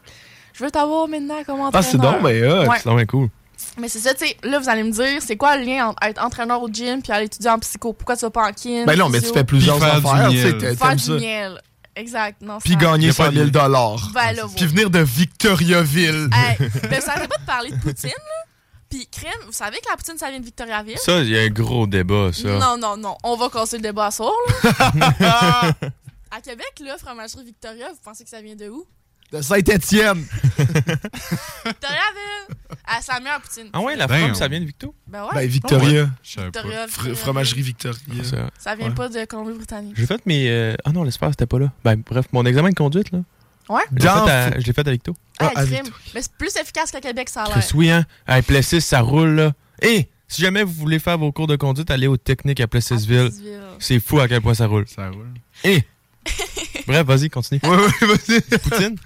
S4: je veux t'avoir maintenant comme entraîneur.
S1: Ah, c'est donc, mais hot.
S4: Ouais.
S2: C'est donc bien cool.
S4: Mais c'est ça, tu sais, là, vous allez me dire, c'est quoi le lien entre être entraîneur au gym puis aller étudier en psycho? Pourquoi tu vas pas en kin?
S1: Ben non, mais tu
S4: physio?
S1: fais plusieurs
S3: Puis faire du
S1: affaires, tu
S3: miel.
S1: sais, t'a-
S4: Faire
S1: t'aimes
S4: du
S1: ça.
S4: miel. Exact. Non,
S1: Puis
S4: ça-
S3: Y
S1: gagner
S3: a pas
S1: 100
S3: de
S1: 000
S3: lien.
S4: Ben là,
S1: Puis
S4: voilà.
S1: venir de Victoriaville.
S4: Hey, ben, ça arrête pas de parler de Poutine, là. Puis crème, vous savez que la Poutine, ça vient de Victoriaville?
S2: Ça, il y a un gros débat, ça.
S4: Non, non, non. On va casser le débat à sourd, là.
S1: [LAUGHS]
S4: à Québec, là, fromagerie Victoria, vous pensez que ça vient de où?
S1: De Saint-Étienne.
S4: Victoriaville! À sa meilleure Poutine.
S2: Ah ouais, la
S3: Ben,
S2: femme,
S3: on-
S2: ça vient de Victo?
S4: Ben ouais,
S1: Ben, Victoria.
S3: Je savais pas.
S4: Victoria,
S1: Fr- Fromagerie Victoria.
S2: Ça-
S4: Ça vient
S1: Ouais.
S4: pas de Colombie-Britannique.
S2: J'ai fait mes. euh, Ah non, l'espère, c'était pas là. Ben, bref, mon examen de conduite, là.
S1: Ah,
S4: Ouais?
S2: Je l'ai fait
S1: Dans-
S2: à- je l'ai fait à Victo.
S4: Ah,
S1: Ah, à
S4: crème. Mais c'est plus efficace qu'à Québec, ça a l'air.
S2: Chris, oui, hein? Hey, Plessis, ça roule, là. Et si jamais vous voulez faire vos cours de conduite, allez aux techniques à Plessisville. C'est fou à quel point ça roule.
S3: Ça roule.
S4: [LAUGHS]
S2: Et Bref, vas-y, continue.
S1: Ouais, ouais, vas-y.
S2: [LAUGHS] Poutine?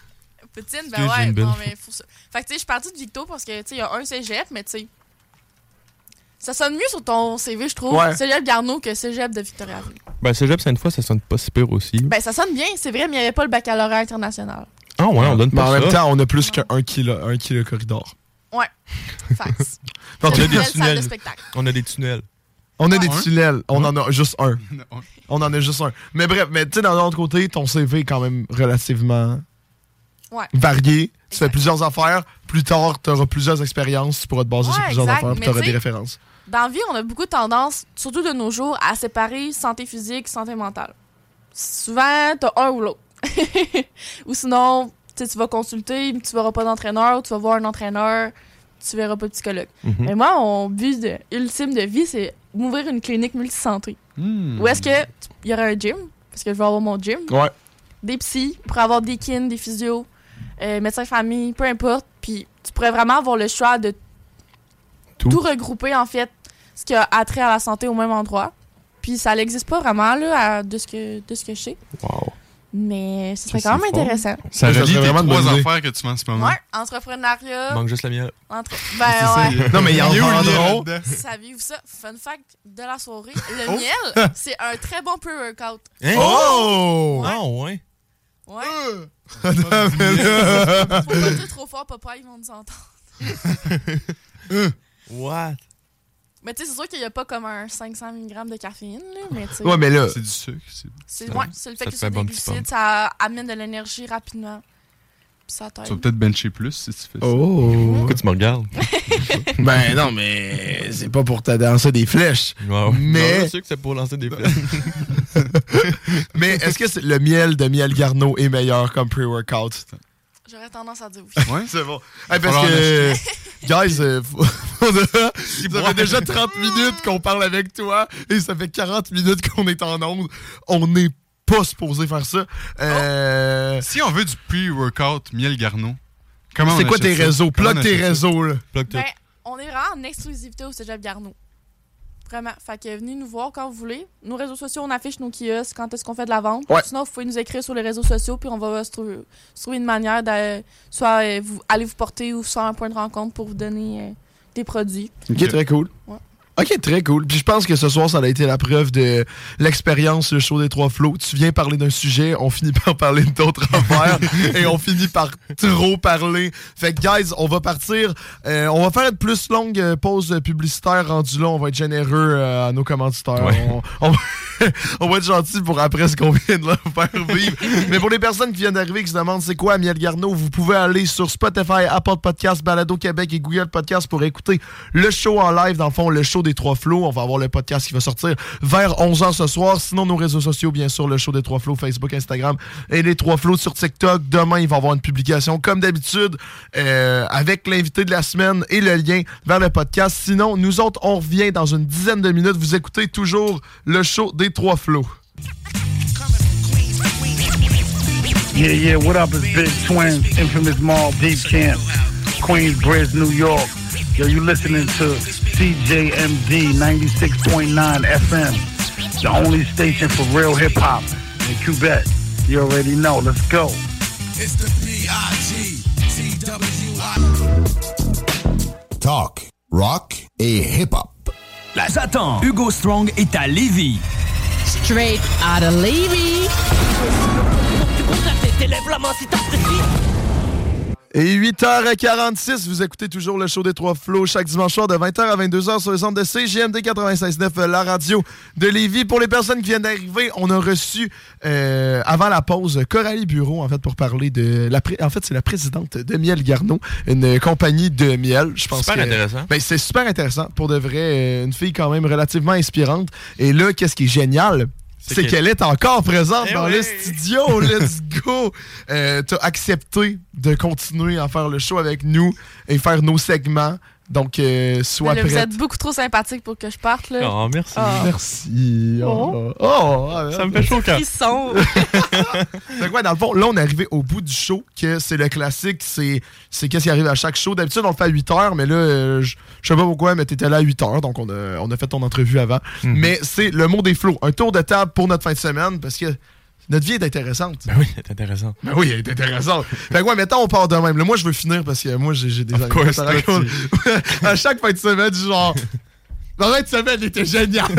S4: Poutine, ben
S2: Excuse, j'ai
S4: ouais,
S2: une bulle.
S4: non, mais faut ça. Fait que, tu sais, je suis partie de Victo parce que, tu sais, il y a un cégep, mais tu sais. Ça sonne mieux sur ton CV, je trouve.
S1: Ouais.
S4: Cégep Garneau que cégep de Victoriaville.
S2: Ben, Cégep Sainte-Foy, ça sonne pas si pire aussi.
S4: Ben, ça sonne bien, c'est vrai, mais il n'y avait pas le baccalauréat international.
S2: Ah ouais, on donne
S1: Mais Ben,
S2: pas
S1: en
S2: ça.
S1: même temps, on a plus qu'un kilo, un kilo corridor.
S2: [LAUGHS]
S4: Ouais. Fax.
S2: on
S4: C'est
S2: a
S4: une
S2: des
S4: belle salle de
S2: tunnels.
S4: spectacle.
S2: On a des tunnels.
S1: On a des
S3: un?
S1: tunnels. On en a juste
S3: [LAUGHS]
S1: un.
S3: Non.
S1: On en a juste un. Mais bref, mais tu sais, d'un autre côté, ton CV est quand même relativement
S4: Ouais.
S1: varié. Tu fais
S4: Exact.
S1: plusieurs affaires. Plus tard, tu auras plusieurs expériences. Tu pourras te baser
S4: Ouais,
S1: sur plusieurs
S4: exact.
S1: affaires.
S4: Mais
S1: Tu auras
S4: tu sais-
S1: des références.
S4: Dans la vie, on a beaucoup de tendance, surtout de nos jours, à séparer santé physique, santé mentale. Souvent, t'as un ou l'autre. [LAUGHS] ou sinon, tu sais, tu vas consulter, mais tu verras pas d'entraîneur, ou tu vas voir un entraîneur, tu verras pas de psychologue. Mais moi, mon but de- ultime de vie, c'est m'ouvrir une clinique multisanté.
S3: Hmm.
S4: Où est-ce que tu- il y aurait un gym, parce que je vais avoir mon gym,
S1: Ouais.
S4: des psys, pour avoir des kins, des physios, euh, médecins de famille, peu importe. Puis tu pourrais vraiment avoir le choix de
S2: Tout.
S4: tout, regrouper, en fait, ce qui a attrait à la santé au même endroit. Puis ça n'existe pas vraiment, là, à- de, ce que, de ce que je sais.
S2: Wow.
S4: Oh. Mais ce serait
S2: Ça,
S4: quand
S2: c'est
S4: même
S2: fort.
S4: intéressant.
S3: Ça
S1: Ça
S3: relie
S1: serait
S3: tes
S1: vraiment une
S3: trois
S1: bonne idée.
S3: affaires que tu mets en ce moment.
S4: Ouais, entrepreneuriat,
S2: Manque juste la mienne.
S4: entre...
S3: C'est
S4: ben
S3: ça.
S4: ouais.
S1: Non,
S3: [LAUGHS]
S1: mais il y en
S3: Il est où le lien
S1: vendront.
S3: là-dedans?
S4: [LAUGHS] Saviez-vous ça? Fun fact de la soirée, le miel, c'est un très bon pre-workout.
S2: Hein?
S1: Oh!
S2: Ah ouais.
S4: Ouais.
S1: Attends,
S4: Faut pas dire trop fort, papa, ils vont nous entendre.
S2: What?
S4: Mais tu sais, c'est sûr qu'il n'y a pas comme un 500 mg de caféine, là, mais tu sais.
S1: Ouais, mais là.
S3: C'est du sucre. c'est-
S4: C'est
S3: ça-
S4: ouais, c'est le fait
S3: ça
S4: que
S3: te
S4: c'est
S3: fait
S4: des
S3: un bon petit
S4: glucides,
S3: pump.
S4: ça amène de l'énergie rapidement. Puis ça t'aide.
S3: Tu vas peut-être bencher plus si tu fais ça.
S1: Oh!
S2: Pourquoi tu me [LAUGHS] regardes?
S1: ben non, mais c'est pas pour te lancer des flèches. Mais-
S2: Mais. Je suis sûr que c'est pour lancer des flèches. [LAUGHS]
S1: Mais est-ce que c'est- le miel de miel Garneau est meilleur comme pre-workout?
S4: J'aurais tendance à dire oui.
S3: Ouais.
S1: [LAUGHS] C'est bon. Hey, parce
S3: Faudra en
S1: que, [LAUGHS] guys, euh, faut- ça
S3: boit.
S1: fait déjà 30 minutes qu'on parle avec toi et ça fait 40 minutes qu'on est en onde. On n'est pas supposé faire ça. Euh,
S3: Si on veut du pre-workout miel garnot, comment
S1: c'est
S3: on
S1: quoi
S3: achète
S1: tes
S3: ça?
S1: réseaux?
S3: Comment
S1: Plug
S3: on
S1: tes
S3: achète ça?
S1: réseaux, là.
S2: Plug tout.
S4: Ben, on est vraiment en exclusivité au Cégep Garneau. Vraiment. Fait que venez nous voir quand vous voulez. Nos réseaux sociaux, on affiche nos kiosques, quand est-ce qu'on fait de la vente.
S1: Ouais.
S4: Sinon, vous pouvez nous écrire sur les réseaux sociaux, puis on va se trouver, se trouver une manière de soit euh, vous, aller vous porter ou faire un point de rencontre pour vous donner euh, des produits.
S1: Ok, très cool.
S4: Ouais.
S1: Ok, très cool. Puis je pense que ce soir, ça a été la preuve de l'expérience, le show des trois flots. Tu viens parler d'un sujet, on finit par parler [LAUGHS] d'autres affaires et on finit par trop parler. Fait que, guys, on va partir. Euh, on va faire une plus longue euh, pause publicitaire rendue là. On va être généreux euh, à nos commanditaires.
S2: Ouais.
S1: On, on va, [LAUGHS] on va être gentil pour après ce qu'on vient de leur faire vivre. Mais pour les personnes qui viennent d'arriver et qui se demandent c'est quoi Miel Garneau, vous pouvez aller sur Spotify, Apple Podcast, Balado Québec et Google Podcast pour écouter le show en live. Dans le fond, le show des trois flots. On va avoir le podcast qui va sortir vers 11h ce soir. Sinon, nos réseaux sociaux, bien sûr, le show des trois flots, Facebook, Instagram et les trois flots sur TikTok. Demain, il va y avoir une publication, comme d'habitude, euh, avec l'invité de la semaine et le lien vers le podcast. Sinon, nous autres, on revient dans une dizaine de minutes. Vous écoutez toujours le show des trois flots.
S5: Yeah, yeah, what up? It's Big Twin, Infamous Mall, Deep Camp, Queensbridge, New York. Yo, you listening to CJMD 96.9 FM, the only station for real hip hop in Quebec. You already know. Let's go.
S6: Talk, rock et hip-hop.
S7: J'attends. Hugo Strong est à Lévis.
S8: Straight out of Levy.
S1: Et 8h46, vous écoutez toujours le show des trois flots chaque dimanche soir de 20h à 22h sur les ondes de CGMD 96.9, la radio de Lévis. Pour les personnes qui viennent d'arriver, on a reçu euh, avant la pause Coralie Bureau en fait pour parler de la pré- en fait c'est la présidente de Miel Garneau, une compagnie de miel. Je pense
S2: Super
S1: que-
S2: intéressant.
S1: Ben, c'est super intéressant pour de vrai, euh, une fille quand même relativement inspirante. Et là, qu'est-ce qui est génial?
S2: C'est
S1: C'est
S2: qu'elle-
S1: qu'elle est encore présente
S2: Eh
S1: dans le
S2: oui.
S1: studio. Let's go! Euh, T'as accepté de continuer à faire le show avec nous et faire nos segments. Donc, euh, sois
S4: Mais Ben là, vous
S1: prête.
S4: êtes beaucoup trop sympathique pour que je parte. Là.
S2: Oh, merci.
S4: Ah.
S1: Merci. Oh, oh, ah,
S2: Ça me fait chaud au cœur.
S4: Ils sont.
S1: Fait que ouais, dans le fond, là, on est arrivé au bout du show, que c'est le classique, c'est c'est qu'est-ce qui arrive à chaque show. D'habitude, on le fait à 8 heures, mais là, euh, je je sais pas pourquoi, mais t'étais là à 8 heures, donc on a, on a fait ton entrevue avant. Mais c'est le mot des flots, un tour de table pour notre fin de semaine, parce que notre vie est intéressante.
S2: Ben oui, c'est intéressant.
S1: Ben oui, elle est intéressante. Fait que ouais, mettons, on part de même. Là, moi, je veux finir parce que moi, j'ai j'ai des anecdotes
S2: course,
S1: à
S2: toi,
S1: raconter. [LAUGHS] À chaque fin de semaine, du genre. [LAUGHS] La fin de semaine, elle était géniale. [LAUGHS]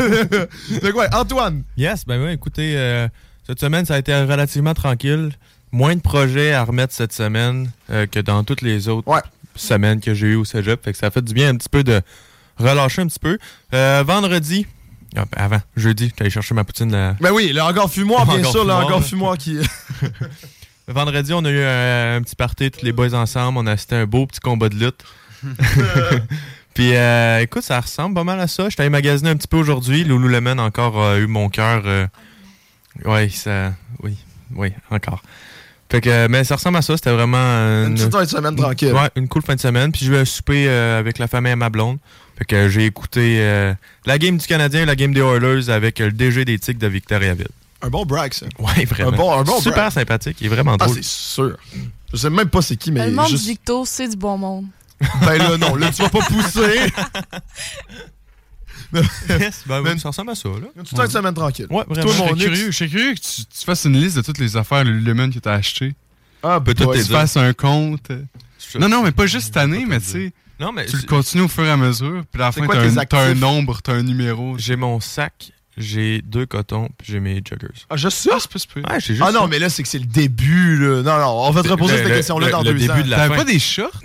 S1: Donc, ouais, Antoine.
S2: Yes, ben oui, écoutez, euh, cette semaine, ça a été relativement tranquille. Moins de projets à remettre cette semaine euh, que dans toutes les autres
S1: Ouais.
S2: semaines que j'ai eues au cégep. Fait que ça fait du bien un petit peu de relâcher un petit peu. Euh, vendredi, ah, ben, avant, jeudi, j'allais chercher ma poutine. à-
S1: Ben oui, le hangar fumoir, bien
S2: Hangar
S1: sûr, le
S2: fumoir,
S1: hangar
S2: là.
S1: fumoir qui. [LAUGHS]
S2: Vendredi, on a eu euh, un, petit party, tous les boys ensemble. On a assisté à un beau petit combat
S1: [LAUGHS]
S2: de lutte. Puis euh, écoute, ça ressemble pas mal à ça. Je suis allé magasiner un petit peu aujourd'hui. Loulou Lemon encore a eu mon cœur. euh, ouais, ça. Oui, oui, encore. Fait que, mais ça ressemble à ça. C'était vraiment. euh,
S1: Une petite fin de semaine tranquille.
S2: Ouais, une cool fin de semaine. Puis je vais souper euh, avec la famille à ma blonde. Fait que j'ai écouté euh, la game du Canadien et la game des Oilers avec euh, le DG des Tigres de Victoriaville.
S1: Un bon brag, ça.
S2: Ouais, vraiment.
S1: Un bon- un bon
S2: Super
S1: brag.
S2: sympathique. Il est vraiment
S1: Ah,
S2: drôle.
S1: c'est sûr. Je sais même pas c'est qui, mais.
S4: le monde
S1: juste-
S4: du dicto, c'est du bon monde.
S1: Ben là, non, là, tu vas pas
S2: [LAUGHS]
S1: pousser.
S2: Ben oui,
S1: Mais-
S2: ça ressemble à ça, là.
S1: Une toute une semaine tranquille.
S2: Ouais,
S1: Toi,
S2: vraiment.
S3: Je
S1: mon
S3: serais
S1: ex.
S3: curieux, je serais curieux que tu, tu fasses une liste de toutes les affaires Lululemon que t'as achetées.
S1: Ah, ben
S2: toi,
S3: Tu
S2: t'es-
S3: fasses un compte. Non, non, mais pas juste cette année, mais tu sais,
S2: Non, mais
S3: tu le continues au fur et à mesure. Puis à la
S1: C'est
S3: fin,
S1: quoi
S3: t'as
S1: tes
S3: un, t'as un
S1: actifs?
S3: nombre, t'as un numéro.
S2: j'ai mon sac, j'ai deux cotons, puis j'ai mes joggers.
S1: Ah, juste ça?
S3: Ah, c'est pas- c'est pas-
S2: Ouais, j'ai juste
S1: Ah non,
S2: ça.
S1: mais là, c'est que c'est le début, là. Non, non, on va te reposer
S2: Le-
S1: cette
S2: le-
S1: question-là
S2: le-
S1: dans
S2: le
S1: deux
S2: début
S1: ans.
S2: de la
S3: T'avais
S2: fin.
S3: pas des shorts?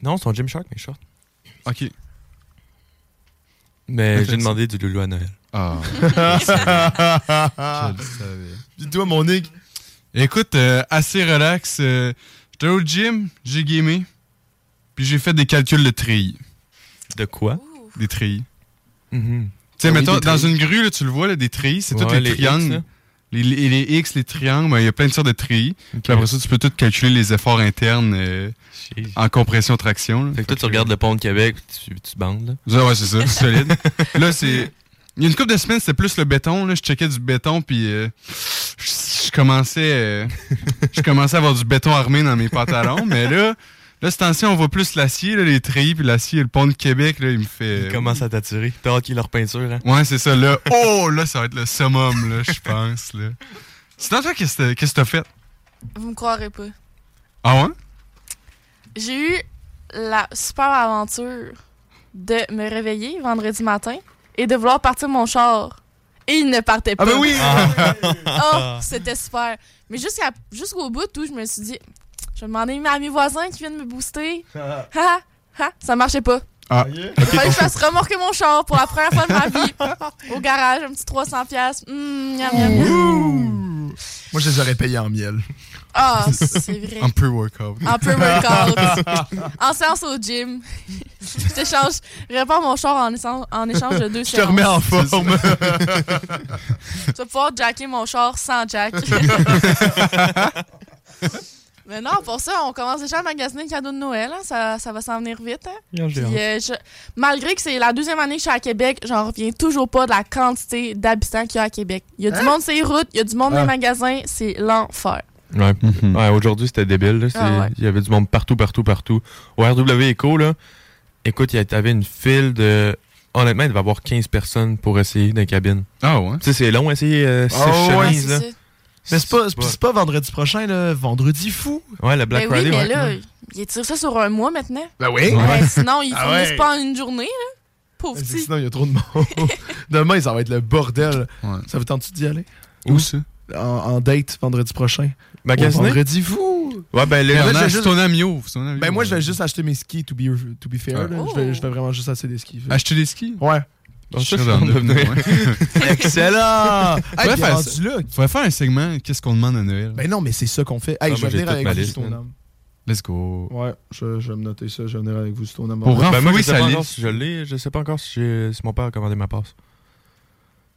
S2: Non, c'est ton Gymshark, mes shorts.
S3: Ok.
S2: [LAUGHS] Mais j'ai demandé du loulou à Noël.
S3: Ah.
S1: Je
S3: le savais.
S1: Puis toi, mon Nick?
S3: Écoute, euh, assez relax. euh, J'étais au gym, j'ai gamé, puis j'ai fait des calculs de treillis.
S2: De quoi?
S3: Des treillis.
S2: Mhm.
S3: Tu sais,
S2: Ah oui,
S3: mettons,
S2: des
S3: dans
S2: treillis.
S3: une grue, là, tu le vois, là, des treillis, c'est tous
S2: Ouais,
S3: les,
S2: les X,
S3: triangles.
S2: là.
S3: les, les- les X, les triangles, ben, il y a plein de sortes de treillis. Puis après ça, tu peux tout calculer les efforts internes euh, en compression-traction.
S2: Fait que toi, tu regardes le pont de Québec, tu, tu bandes, là.
S3: Ouais, ouais, c'est ça, c'est solide. là, c'est. Il y a une couple de semaines, c'était plus le béton. Là. Je checkais du béton, puis euh, je, je commençais, euh, je commençais à avoir du béton armé dans mes pantalons. mais là, là ce temps-ci, on voit plus l'acier, là, les treillis, puis l'acier, le pont de Québec, là, il me fait.
S2: Ils commencent à t'attirer. T'as hâte qu'ils leur peinture, hein?
S3: Ouais, c'est ça. Là, oh, là, ça va être le summum, là, je pense. Là. Sinon, toi, qu'est-ce que qu'est-ce que t'as fait?
S4: Vous me croirez pas.
S3: Ah ouais?
S4: J'ai eu la super aventure de me réveiller vendredi matin et de vouloir partir mon char. Et il ne partait pas.
S1: Ah ben oui! [LAUGHS]
S4: oh, c'était super. Mais jusqu'à jusqu'au bout tout, je me suis dit, je vais demander à mes voisins qui viennent me booster.
S1: Ah.
S4: ha, ha, ha, ça marchait pas.
S3: Ah.
S4: Il fallait que je fasse remorquer mon char pour la première fois de ma vie au garage, un petit 300 pièces.
S1: Moi, je les aurais payés en miel.
S4: Ah, c'est vrai.
S1: En pre-workout.
S4: En pre-workout.
S1: [LAUGHS]
S4: en séance au gym. [LAUGHS] je t'échange, répare mon char en, échange- en échange de deux
S1: Je te
S4: séances.
S1: remets en forme.
S4: Tu vas pouvoir jacker mon char sans
S1: [LAUGHS]
S4: jack. [LAUGHS] Mais non, pour ça, on commence déjà à magasiner le cadeau de Noël. hein. Ça, ça va s'en venir vite. hein.
S2: Bien, j'ai
S4: Puis, euh, je- malgré que c'est la deuxième année que je suis à Québec, j'en reviens toujours pas de la quantité d'habitants qu'il y a à Québec. Il y a du
S1: Hein?
S4: monde sur les routes, il y a du monde dans
S2: Ah.
S4: les magasins. C'est l'enfer.
S2: Ouais.
S1: Mhm.
S2: Ouais, aujourd'hui, c'était débile. là. C'est-
S4: Ah ouais.
S2: Il y avait du monde partout, partout, partout. Au RW Eco, là, écoute, il y avait une file de. Honnêtement, il devait y avoir 15 personnes pour essayer dans la cabine.
S3: Ah ouais?
S2: Tu sais, c'est long, essayer euh,
S1: Ah,
S2: six
S4: Hein?
S2: chemises, là.
S1: Mais c'est pas, c'est pas vendredi prochain, là, vendredi fou.
S2: Ouais, le Black
S4: ben oui,
S2: Friday,
S4: mais
S2: ouais.
S4: là, il tire ça sur un mois maintenant.
S1: Ben oui.
S4: Ouais,
S1: Ouais.
S4: sinon, ils
S1: [LAUGHS] Ah
S4: finissent
S1: ouais.
S4: pas en une journée, là. Pauvre
S1: Parce que
S4: petit.
S1: Sinon, il y a trop de monde. Demain, ça va être le bordel. Ça vous tente-tu d'y aller?
S3: Où ça?
S1: En, en date vendredi prochain.
S2: Magasiner?
S1: Au Vendredi fou.
S2: Ben, Ouais, ben, les-
S1: Mais en fait,
S2: Bernard,
S1: je vais
S2: c'est ton ami,
S3: ouvre, c'est ton ami,
S1: Ben, moi,
S3: ouais.
S1: je vais juste acheter mes skis, to be, to be fair.
S3: Ah.
S1: là. Je, vais, je vais vraiment juste acheter des skis.
S3: Acheter des skis?
S1: Ouais.
S3: Je suis sûr d'en devenir. [LAUGHS]
S1: Excellent! Hey,
S3: Faudrait
S1: t'es
S3: faire,
S1: rendu
S3: ça. Faudrait faire un segment Qu'est-ce qu'on demande à Noël?
S1: Ben non, mais c'est ça qu'on fait. Hey,
S3: Ah,
S1: je
S3: moi,
S1: vais
S3: j'ai
S1: venir
S3: toute
S1: avec
S3: ma
S1: vous,
S3: liste,
S1: ton
S3: man.
S1: âme.
S3: Let's go.
S1: Ouais, je, je vais me noter ça. Je vais venir avec vous, c'est ton âme.
S3: Pour
S2: Ben, moi, je
S3: renflouer
S2: sais
S3: sa
S2: pas
S3: liste.
S2: encore si je l'ai. Je sais pas encore si, j'ai- si mon père a commandé ma passe.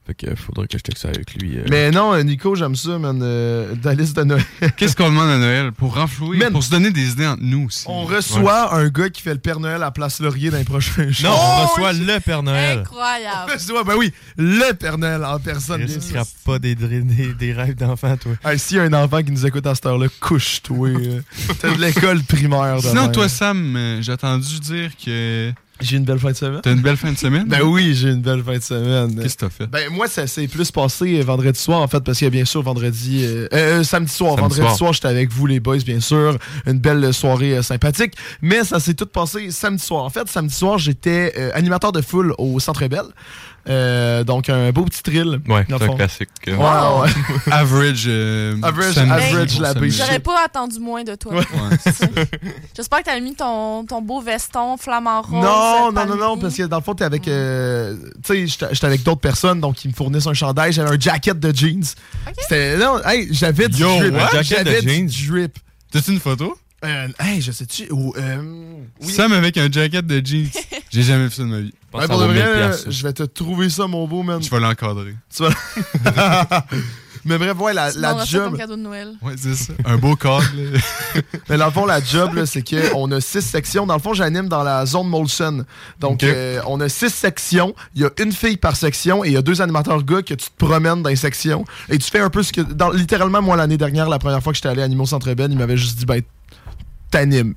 S2: Fait que euh, faudrait que je check ça avec lui. euh.
S1: Mais non, euh, Nico, j'aime ça, man. euh, ta liste de [LAUGHS] Noël.
S3: Qu'est-ce qu'on demande à Noël pour renflouer, pour se donner des idées entre nous aussi?
S1: On reçoit un gars qui fait le Père Noël à Place Laurier dans les prochains jours.
S2: Non, on reçoit le Père Noël.
S4: Incroyable.
S1: On reçoit, ben oui, le Père Noël en personne.
S2: Chris,
S1: bien
S2: tu
S1: sûr.
S2: crappes pas des, dri- des, des rêves d'enfant, toi.
S1: Hey, S'il y a un enfant qui nous écoute à cette heure-là, couche-toi. euh. T'as de l'école primaire.
S3: Sinon,
S1: demain.
S3: toi, Sam, euh, j'ai entendu dire que.
S1: J'ai une belle fin de semaine.
S3: T'as une belle fin de semaine?
S1: Ben oui, j'ai une belle fin de semaine.
S3: Qu'est-ce que t'as fait?
S1: Ben, moi, ça s'est plus passé euh, vendredi soir, en fait, parce que bien sûr, vendredi. euh, euh, euh, samedi soir.
S3: Samedi
S1: vendredi
S3: soir.
S1: soir, j'étais avec vous, les boys, bien sûr. Une belle euh, soirée euh, sympathique. Mais ça s'est tout passé samedi soir. En fait, samedi soir, j'étais euh, animateur de foule au Centre Belle. Euh, donc, un beau petit thrill.
S2: Ouais,
S1: dans le
S2: c'est un
S1: fond.
S2: classique.
S1: Ouais, ouais.
S3: average. euh,
S1: Average-
S3: samedi
S1: average
S3: pour
S1: la
S3: samedi.
S4: J'aurais pas attendu moins de toi.
S3: Ouais. c'est ça.
S4: J'espère que t'as mis ton, ton beau veston flamant rose.
S1: Non, non,
S4: palmier.
S1: non, non, parce que dans le fond, t'es avec. euh, tu sais, j'étais- j'étais avec d'autres personnes, donc ils me fournissent un chandail. J'avais un jacket de jeans. C'était. Non, hey, j'avais du
S3: Yo,
S1: drip.
S3: what? Jacket de
S1: J'avais du
S3: jeans?
S1: drip.
S3: T'as-tu une photo?
S1: Euh, hey, je sais-tu. ou, euh, oui.
S3: Sam avec un jacket
S1: [LAUGHS]
S3: de jeans. J'ai jamais vu ça de ma vie.
S1: Ouais, pour de vrai, je vais te trouver ça, mon beau, man.
S3: Je vais l'encadrer.
S1: Tu vas- [LAUGHS] Mais bref, ouais, la,
S4: Tu
S1: la
S4: m'en reçois
S1: job.
S4: comme cadeau de Noël.
S3: Ouais, c'est ça. Un beau cadre. là.
S1: Mais dans le fond, la job, là, c'est qu'on a six sections. Dans le fond, j'anime dans la zone Molson. Donc,
S3: Ok.
S1: euh, on a six sections. Il y a une fille par section et il y a deux animateurs gars que tu te promènes dans les sections. Et tu fais un peu ce que. Dans, littéralement, moi, l'année dernière, la première fois que j'étais allé à Animaux Centre Belle, ils m'avaient juste dit, ben, t'animes.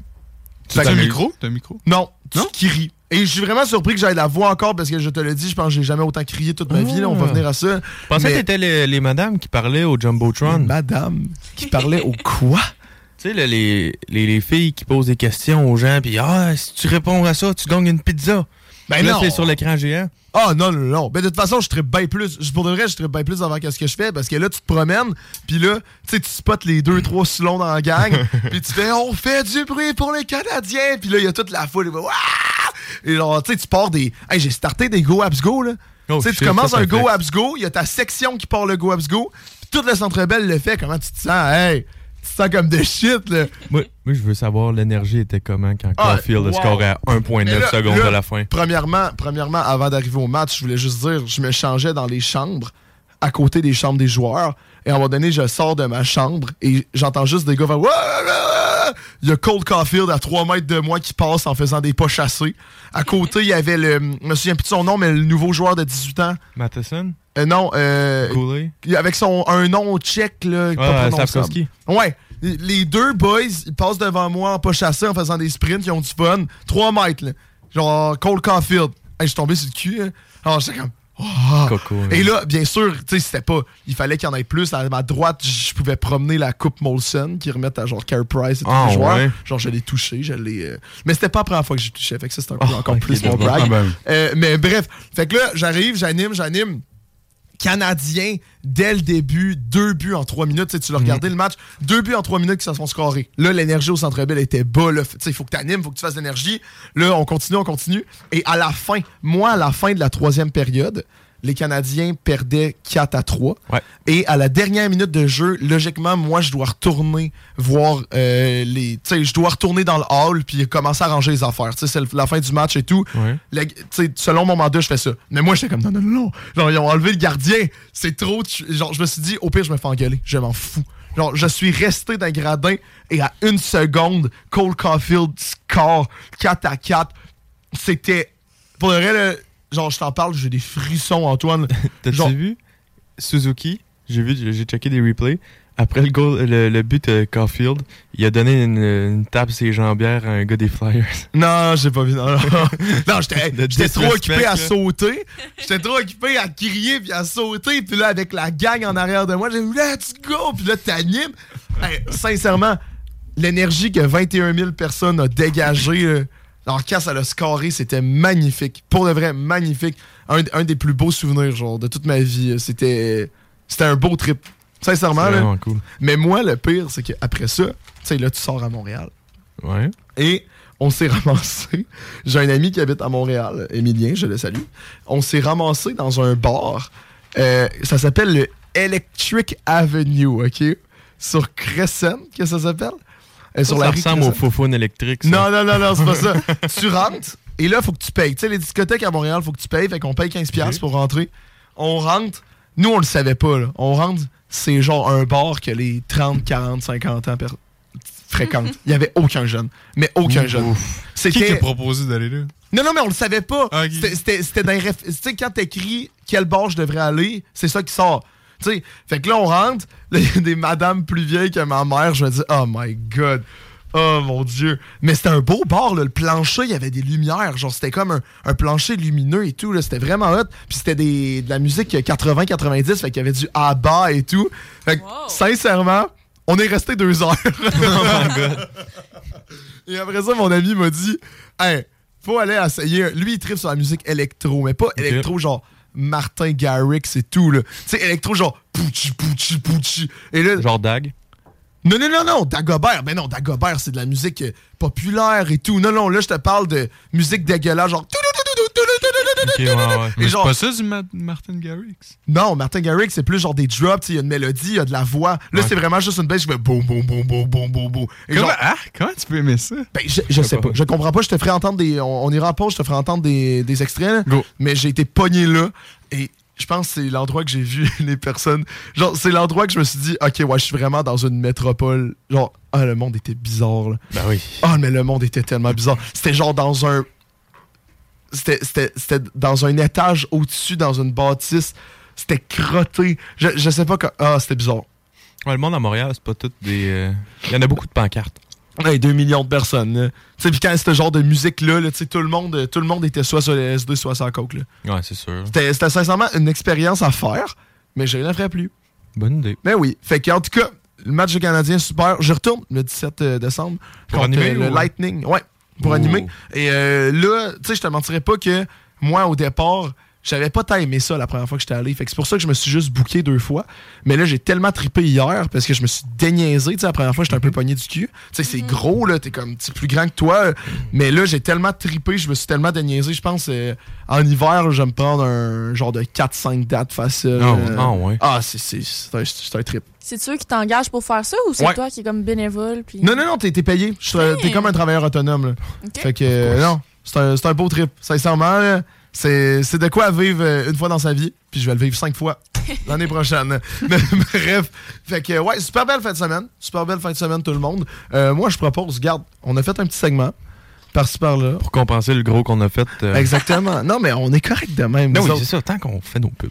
S3: T'as
S1: Fait que-
S3: un micro? T'as un micro?
S1: Non, tu cries. Et je suis vraiment surpris que j'aille la voix encore parce que je te le dis, je pense que j'ai jamais autant crié toute ma vie. là. on va venir à ça.
S2: Je Ah. pensais
S1: Mais-
S2: que t'étais les, les madames qui parlaient au Jumbotron.
S1: madame qui parlait au quoi?
S2: Tu sais, là, les, les, les filles qui posent des questions aux gens, puis ah, si tu réponds à ça, tu gagnes une pizza.
S1: Ben
S2: là,
S1: non.
S2: c'est sur l'écran géant.
S1: Ah non, non, non. Ben de toute façon, je serais bien plus. je- Pour de vrai, je serais bien plus avant que ce que je fais parce que là, tu te promènes, puis là, tu sais, tu spots les deux, trois slons dans
S2: [LAUGHS]
S1: la gang, puis tu fais on fait du bruit pour les Canadiens, puis là, il y a toute la foule. ils vont, Wouah! Et genre, tu sais, tu pars des. Hey, j'ai starté des Go Abs Go, là. tu sais, tu
S2: Oh, shit,
S1: commences
S2: ça,
S1: un
S2: c'est
S1: Go
S2: flex.
S1: Abs Go, il y a ta section qui part le Go Abs Go, puis tout le centre belle le fait. Comment tu te sens? Hey, tu te sens comme de shit, là.
S2: Moi, moi, je veux savoir l'énergie était comment quand
S1: Ah,
S2: Caulfield a
S1: wow.
S2: scoré à
S1: Mais
S2: 1.9
S1: là-
S2: secondes
S1: là,
S2: de la fin.
S1: Premièrement, premièrement avant d'arriver au match, je voulais juste dire, je me changeais dans les chambres, à côté des chambres des joueurs. Et à un moment donné, je sors de ma chambre et j'entends juste des gars faire. Ouah, ouah, ouah. Il y a Cole Caulfield à 3 mètres de moi qui passe en faisant des pas chassés. À côté, il y avait le. Je me souviens plus de son nom, mais le nouveau joueur de 18 ans.
S2: Matheson?
S1: Euh, non, euh, il- avec son un nom tchèque là, pas
S2: euh,
S1: prononçable.
S2: Slavkovski.
S1: Ouais, les- les deux boys, ils passent devant moi en pas chassé en faisant des sprints, ils ont du fun, 3 mètres là. Genre Cole Caulfield. Hey, je suis tombé sur le cul. hein. Alors j'étais comme Ah!
S2: Coco, hein.
S1: Et là, bien sûr, tu sais, c'était pas. Il fallait qu'il y en ait plus. À ma droite, je pouvais promener la coupe Molson qui remettent à genre Care Price et tous
S2: Ah,
S1: les joueurs.
S2: ouais.
S1: Genre, je l'ai touché, je l'ai. euh, Mais c'était pas la première fois que j'ai touché, fait que ça, c'était un peu
S2: Ah,
S1: encore
S2: ok,
S1: plus mon
S2: d'accord.
S1: brag.
S2: Ah, ben.
S1: Euh, mais bref, fait que là, j'arrive, j'anime, j'anime. Canadien, dès le début, deux buts en trois minutes. Tu sais, tu l'as regardé le match, deux buts en trois minutes qui se font scorer. Là, l'énergie au centre belle était bas. là. Tu sais, Il faut que tu animes, il faut que tu fasses de l'énergie. Là, on continue, on continue. Et à la fin, moi, à la fin de la troisième période, les Canadiens perdaient 4 à 3. Et à la dernière minute de jeu, logiquement, moi, je dois retourner voir euh, les. Tu sais, je dois retourner dans le hall puis commencer à ranger les affaires. Tu sais, c'est le- la fin du match et tout. La- tu sais, selon mon mandat, je fais ça. Mais moi, j'étais comme non, non, non, non. Genre, ils ont enlevé le gardien. C'est trop. tu- Genre, je me suis dit, au pire, je me fais engueuler. Je m'en fous. Genre, je suis resté dans le gradin et à une seconde, Cole Caulfield score 4 à 4. C'était. Pour le vrai, là, genre, je t'en parle, j'ai des frissons, Antoine.
S2: [LAUGHS] T'as-tu vu Suzuki, j'ai vu, j'ai- j'ai checké des replays. Après le, goal- le, le but de Caulfield, il a donné une, une tape ses jambières à un gars des Flyers.
S1: Non, j'ai pas vu.
S2: [LAUGHS]
S1: Non, non. Non, j'étais hey,
S2: Le
S1: j'étais trop
S2: disrespect,
S1: occupé à
S2: là.
S1: sauter. J'étais trop occupé à crier puis à sauter. Puis là, avec la gang en arrière de moi, j'ai dit let's go. Puis là, t'animes. Hey, sincèrement, l'énergie que 21 000 personnes ont dégagée. euh, alors, quand ça l'a scoré, c'était magnifique. Pour de vrai, magnifique. Un, un des plus beaux souvenirs, genre, de toute ma vie. euh, C'était c'était un beau trip. Sincèrement,
S2: C'est
S1: là.
S2: vraiment cool.
S1: Mais moi, le pire, c'est qu'après ça, tu sais, là, tu sors à Montréal. Et on s'est ramassé. J'ai un ami qui habite à Montréal, Émilien, je le salue. On s'est ramassé dans un bar. euh, ça s'appelle le Electric Avenue, OK? Sur Crescent, que ça s'appelle? Euh,
S2: ça ressemble au
S1: Crescent.
S2: faux électrique. ça.
S3: hein.
S1: Non, non, non, non, c'est pas ça. [LAUGHS] tu rentres et là, faut que tu payes. Tu sais, les discothèques à Montréal, faut que tu payes. Fait qu'on paye 15$ piastres pour rentrer. On rentre. Nous, on le savait pas, là. On rentre, c'est genre un bar que les 30, 40, 50 ans per- fréquentent. Il y avait aucun jeune. Mais aucun jeune.
S3: Qui qui a proposé d'aller là?
S1: Non, non, mais on le savait pas. C'était- C'était c'était dans les ref- Tu sais, quand t'écris quel bar je devrais aller, c'est ça qui sort. Tu sais, fait que là, on rentre, là, il y a des madames plus vieilles que ma mère, je me dis, oh my god. Oh mon dieu. Mais c'était un beau bar, là. Le plancher, il y avait des lumières. Genre, c'était comme un, un plancher lumineux et tout, là. C'était vraiment hot. Puis c'était des- de la musique 80-90, fait qu'il y avait du ABBA et tout. Fait que, sincèrement, on est resté deux heures. [LAUGHS] Et après ça, mon ami m'a dit Hey, faut aller essayer. Lui, il tripe sur la musique électro, mais pas électro genre Martin Garrix et tout, là. Tu sais, électro genre Pouchi, Pouchi, Pouchi. Et là.
S2: Genre Dag.
S1: Non, non, non, non, Dagobert. Ben non, Dagobert, c'est de la musique euh, populaire et tout. Non, non, là, je te parle de musique dégueulasse, genre.
S3: Mais
S1: Et
S3: c'est
S1: genre-
S3: pas ça du Ma- Martin Garrix?
S1: Non, Martin Garrix, c'est plus genre des drops, tu sais, il y a une mélodie, il y a de la voix. Là, c'est vraiment juste une baisse, je fais boum, boum, boum, boum, boum, boum, boum. Et
S3: Comment,
S1: genre-
S3: ah, comment tu peux aimer ça?
S1: Ben, je, je sais pas. Je comprends pas. Je te ferai entendre des. On, on ira en pause, je te ferai entendre des, des extraits. là. Mais j'ai été pogné là. Et je pense que c'est l'endroit que j'ai vu [LAUGHS] les personnes. Genre, c'est l'endroit que je me suis dit, OK, ouais, je suis vraiment dans une métropole. Genre, ah, le monde était bizarre, là.
S2: Ben oui.
S1: Ah, mais le monde était tellement bizarre. C'était genre dans un. C'était- C'était c'était dans un étage au-dessus, dans une bâtisse. C'était crotté. Je, je sais pas. quand- Ah, c'était bizarre.
S2: Ouais, le monde à Montréal, c'est pas tout des. euh, Il y en a beaucoup de pancartes.
S1: Ouais, 2 millions de personnes. là. Tu sais, puis quand ce genre de musique-là, là, tu sais, tout, le monde, tout le monde était soit sur le S2, soit sur la coke. là.
S2: Ouais, c'est sûr.
S1: C'était c'était sincèrement une expérience à faire, mais je ne la ferai plus.
S2: Bonne idée.
S1: Mais Ben oui. Fait que, en tout cas, le match des Canadiens, super. Je retourne le 17 décembre
S2: Pour
S1: contre
S2: animer
S1: le
S2: ou-
S1: euh, Lightning. Ouais, pour animer. Et euh, là, tu sais, je te mentirais pas que moi, au départ, J'avais pas tant aimé ça la première fois que j'étais allé. Fait que c'est pour ça que je me suis juste booké deux fois. Mais là, j'ai tellement trippé hier parce que je me suis déniaisé. Tu sais, la première fois, j'étais
S2: Mm-hmm.
S1: un peu pogné du cul. Tu sais, c'est gros, là. T'es comme t'es plus grand que toi. euh, Mais là, j'ai tellement trippé. Je me suis tellement déniaisé. Je pense euh, en hiver, je vais me prendre un genre de 4-5 dates facile.
S2: Ah,
S1: euh,
S2: ah ouais.
S1: Ah, c'est- c'est c'est un, c'est un trip.
S4: C'est eux qui t'engagent pour faire ça ou c'est
S1: Ouais.
S4: toi qui est comme bénévole? Puis...
S1: Non, non, non, t'es t'es payé. Je suis- T'es comme un travailleur autonome. là.
S4: Ok.
S1: Fait que, euh, non, c'est un, c'est un beau trip. Sincèrement, là, c'est c'est de quoi à vivre euh, une fois dans sa vie, puis je vais le vivre cinq fois l'année prochaine. [LAUGHS] Mais Bref, fait que, ouais, super belle fin de semaine. Super belle fin de semaine, tout le monde. Euh, moi, je propose, garde, on a fait un petit segment par-ci par-là.
S2: Pour compenser le gros qu'on a fait. euh,
S1: Exactement. Non, mais on est correct de même.
S2: Non,
S1: nous
S2: oui,
S1: autres.
S2: c'est ça, tant qu'on fait nos pubs.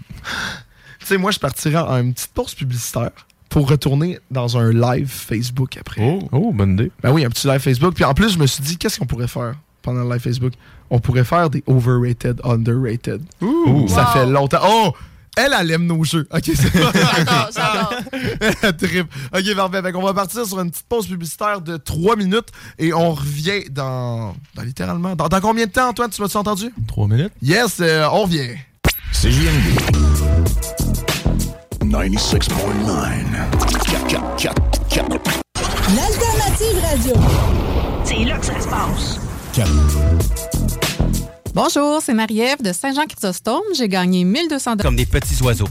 S1: Tu sais, moi, je partirais en une petite pause publicitaire pour retourner dans un live Facebook après.
S2: Oh, bonne idée.
S1: Ben oui, un petit live Facebook. Puis en plus, je me suis dit, qu'est-ce qu'on pourrait faire pendant le live Facebook? On pourrait faire des overrated, underrated.
S2: Ouh.
S1: Ça
S2: Wow.
S1: fait longtemps. Oh! Elle, elle aime nos jeux. OK, c'est
S4: [LAUGHS] J'adore, Ah, j'adore.
S1: [LAUGHS] Elle trippe. OK, parfait. Fait qu'on va partir sur une petite pause publicitaire de 3 minutes et on revient dans, dans littéralement... Dans, dans combien de temps, Antoine? Tu l'as-tu entendu?
S2: Trois minutes.
S1: Yes, euh, on revient.
S7: C'est JMD. 96.9.
S9: L'alternative radio. C'est là que ça se passe.
S8: Bonjour, c'est Marie-Ève de Saint-Jean-Chrysostome. J'ai gagné 1200
S10: Comme des petits oiseaux.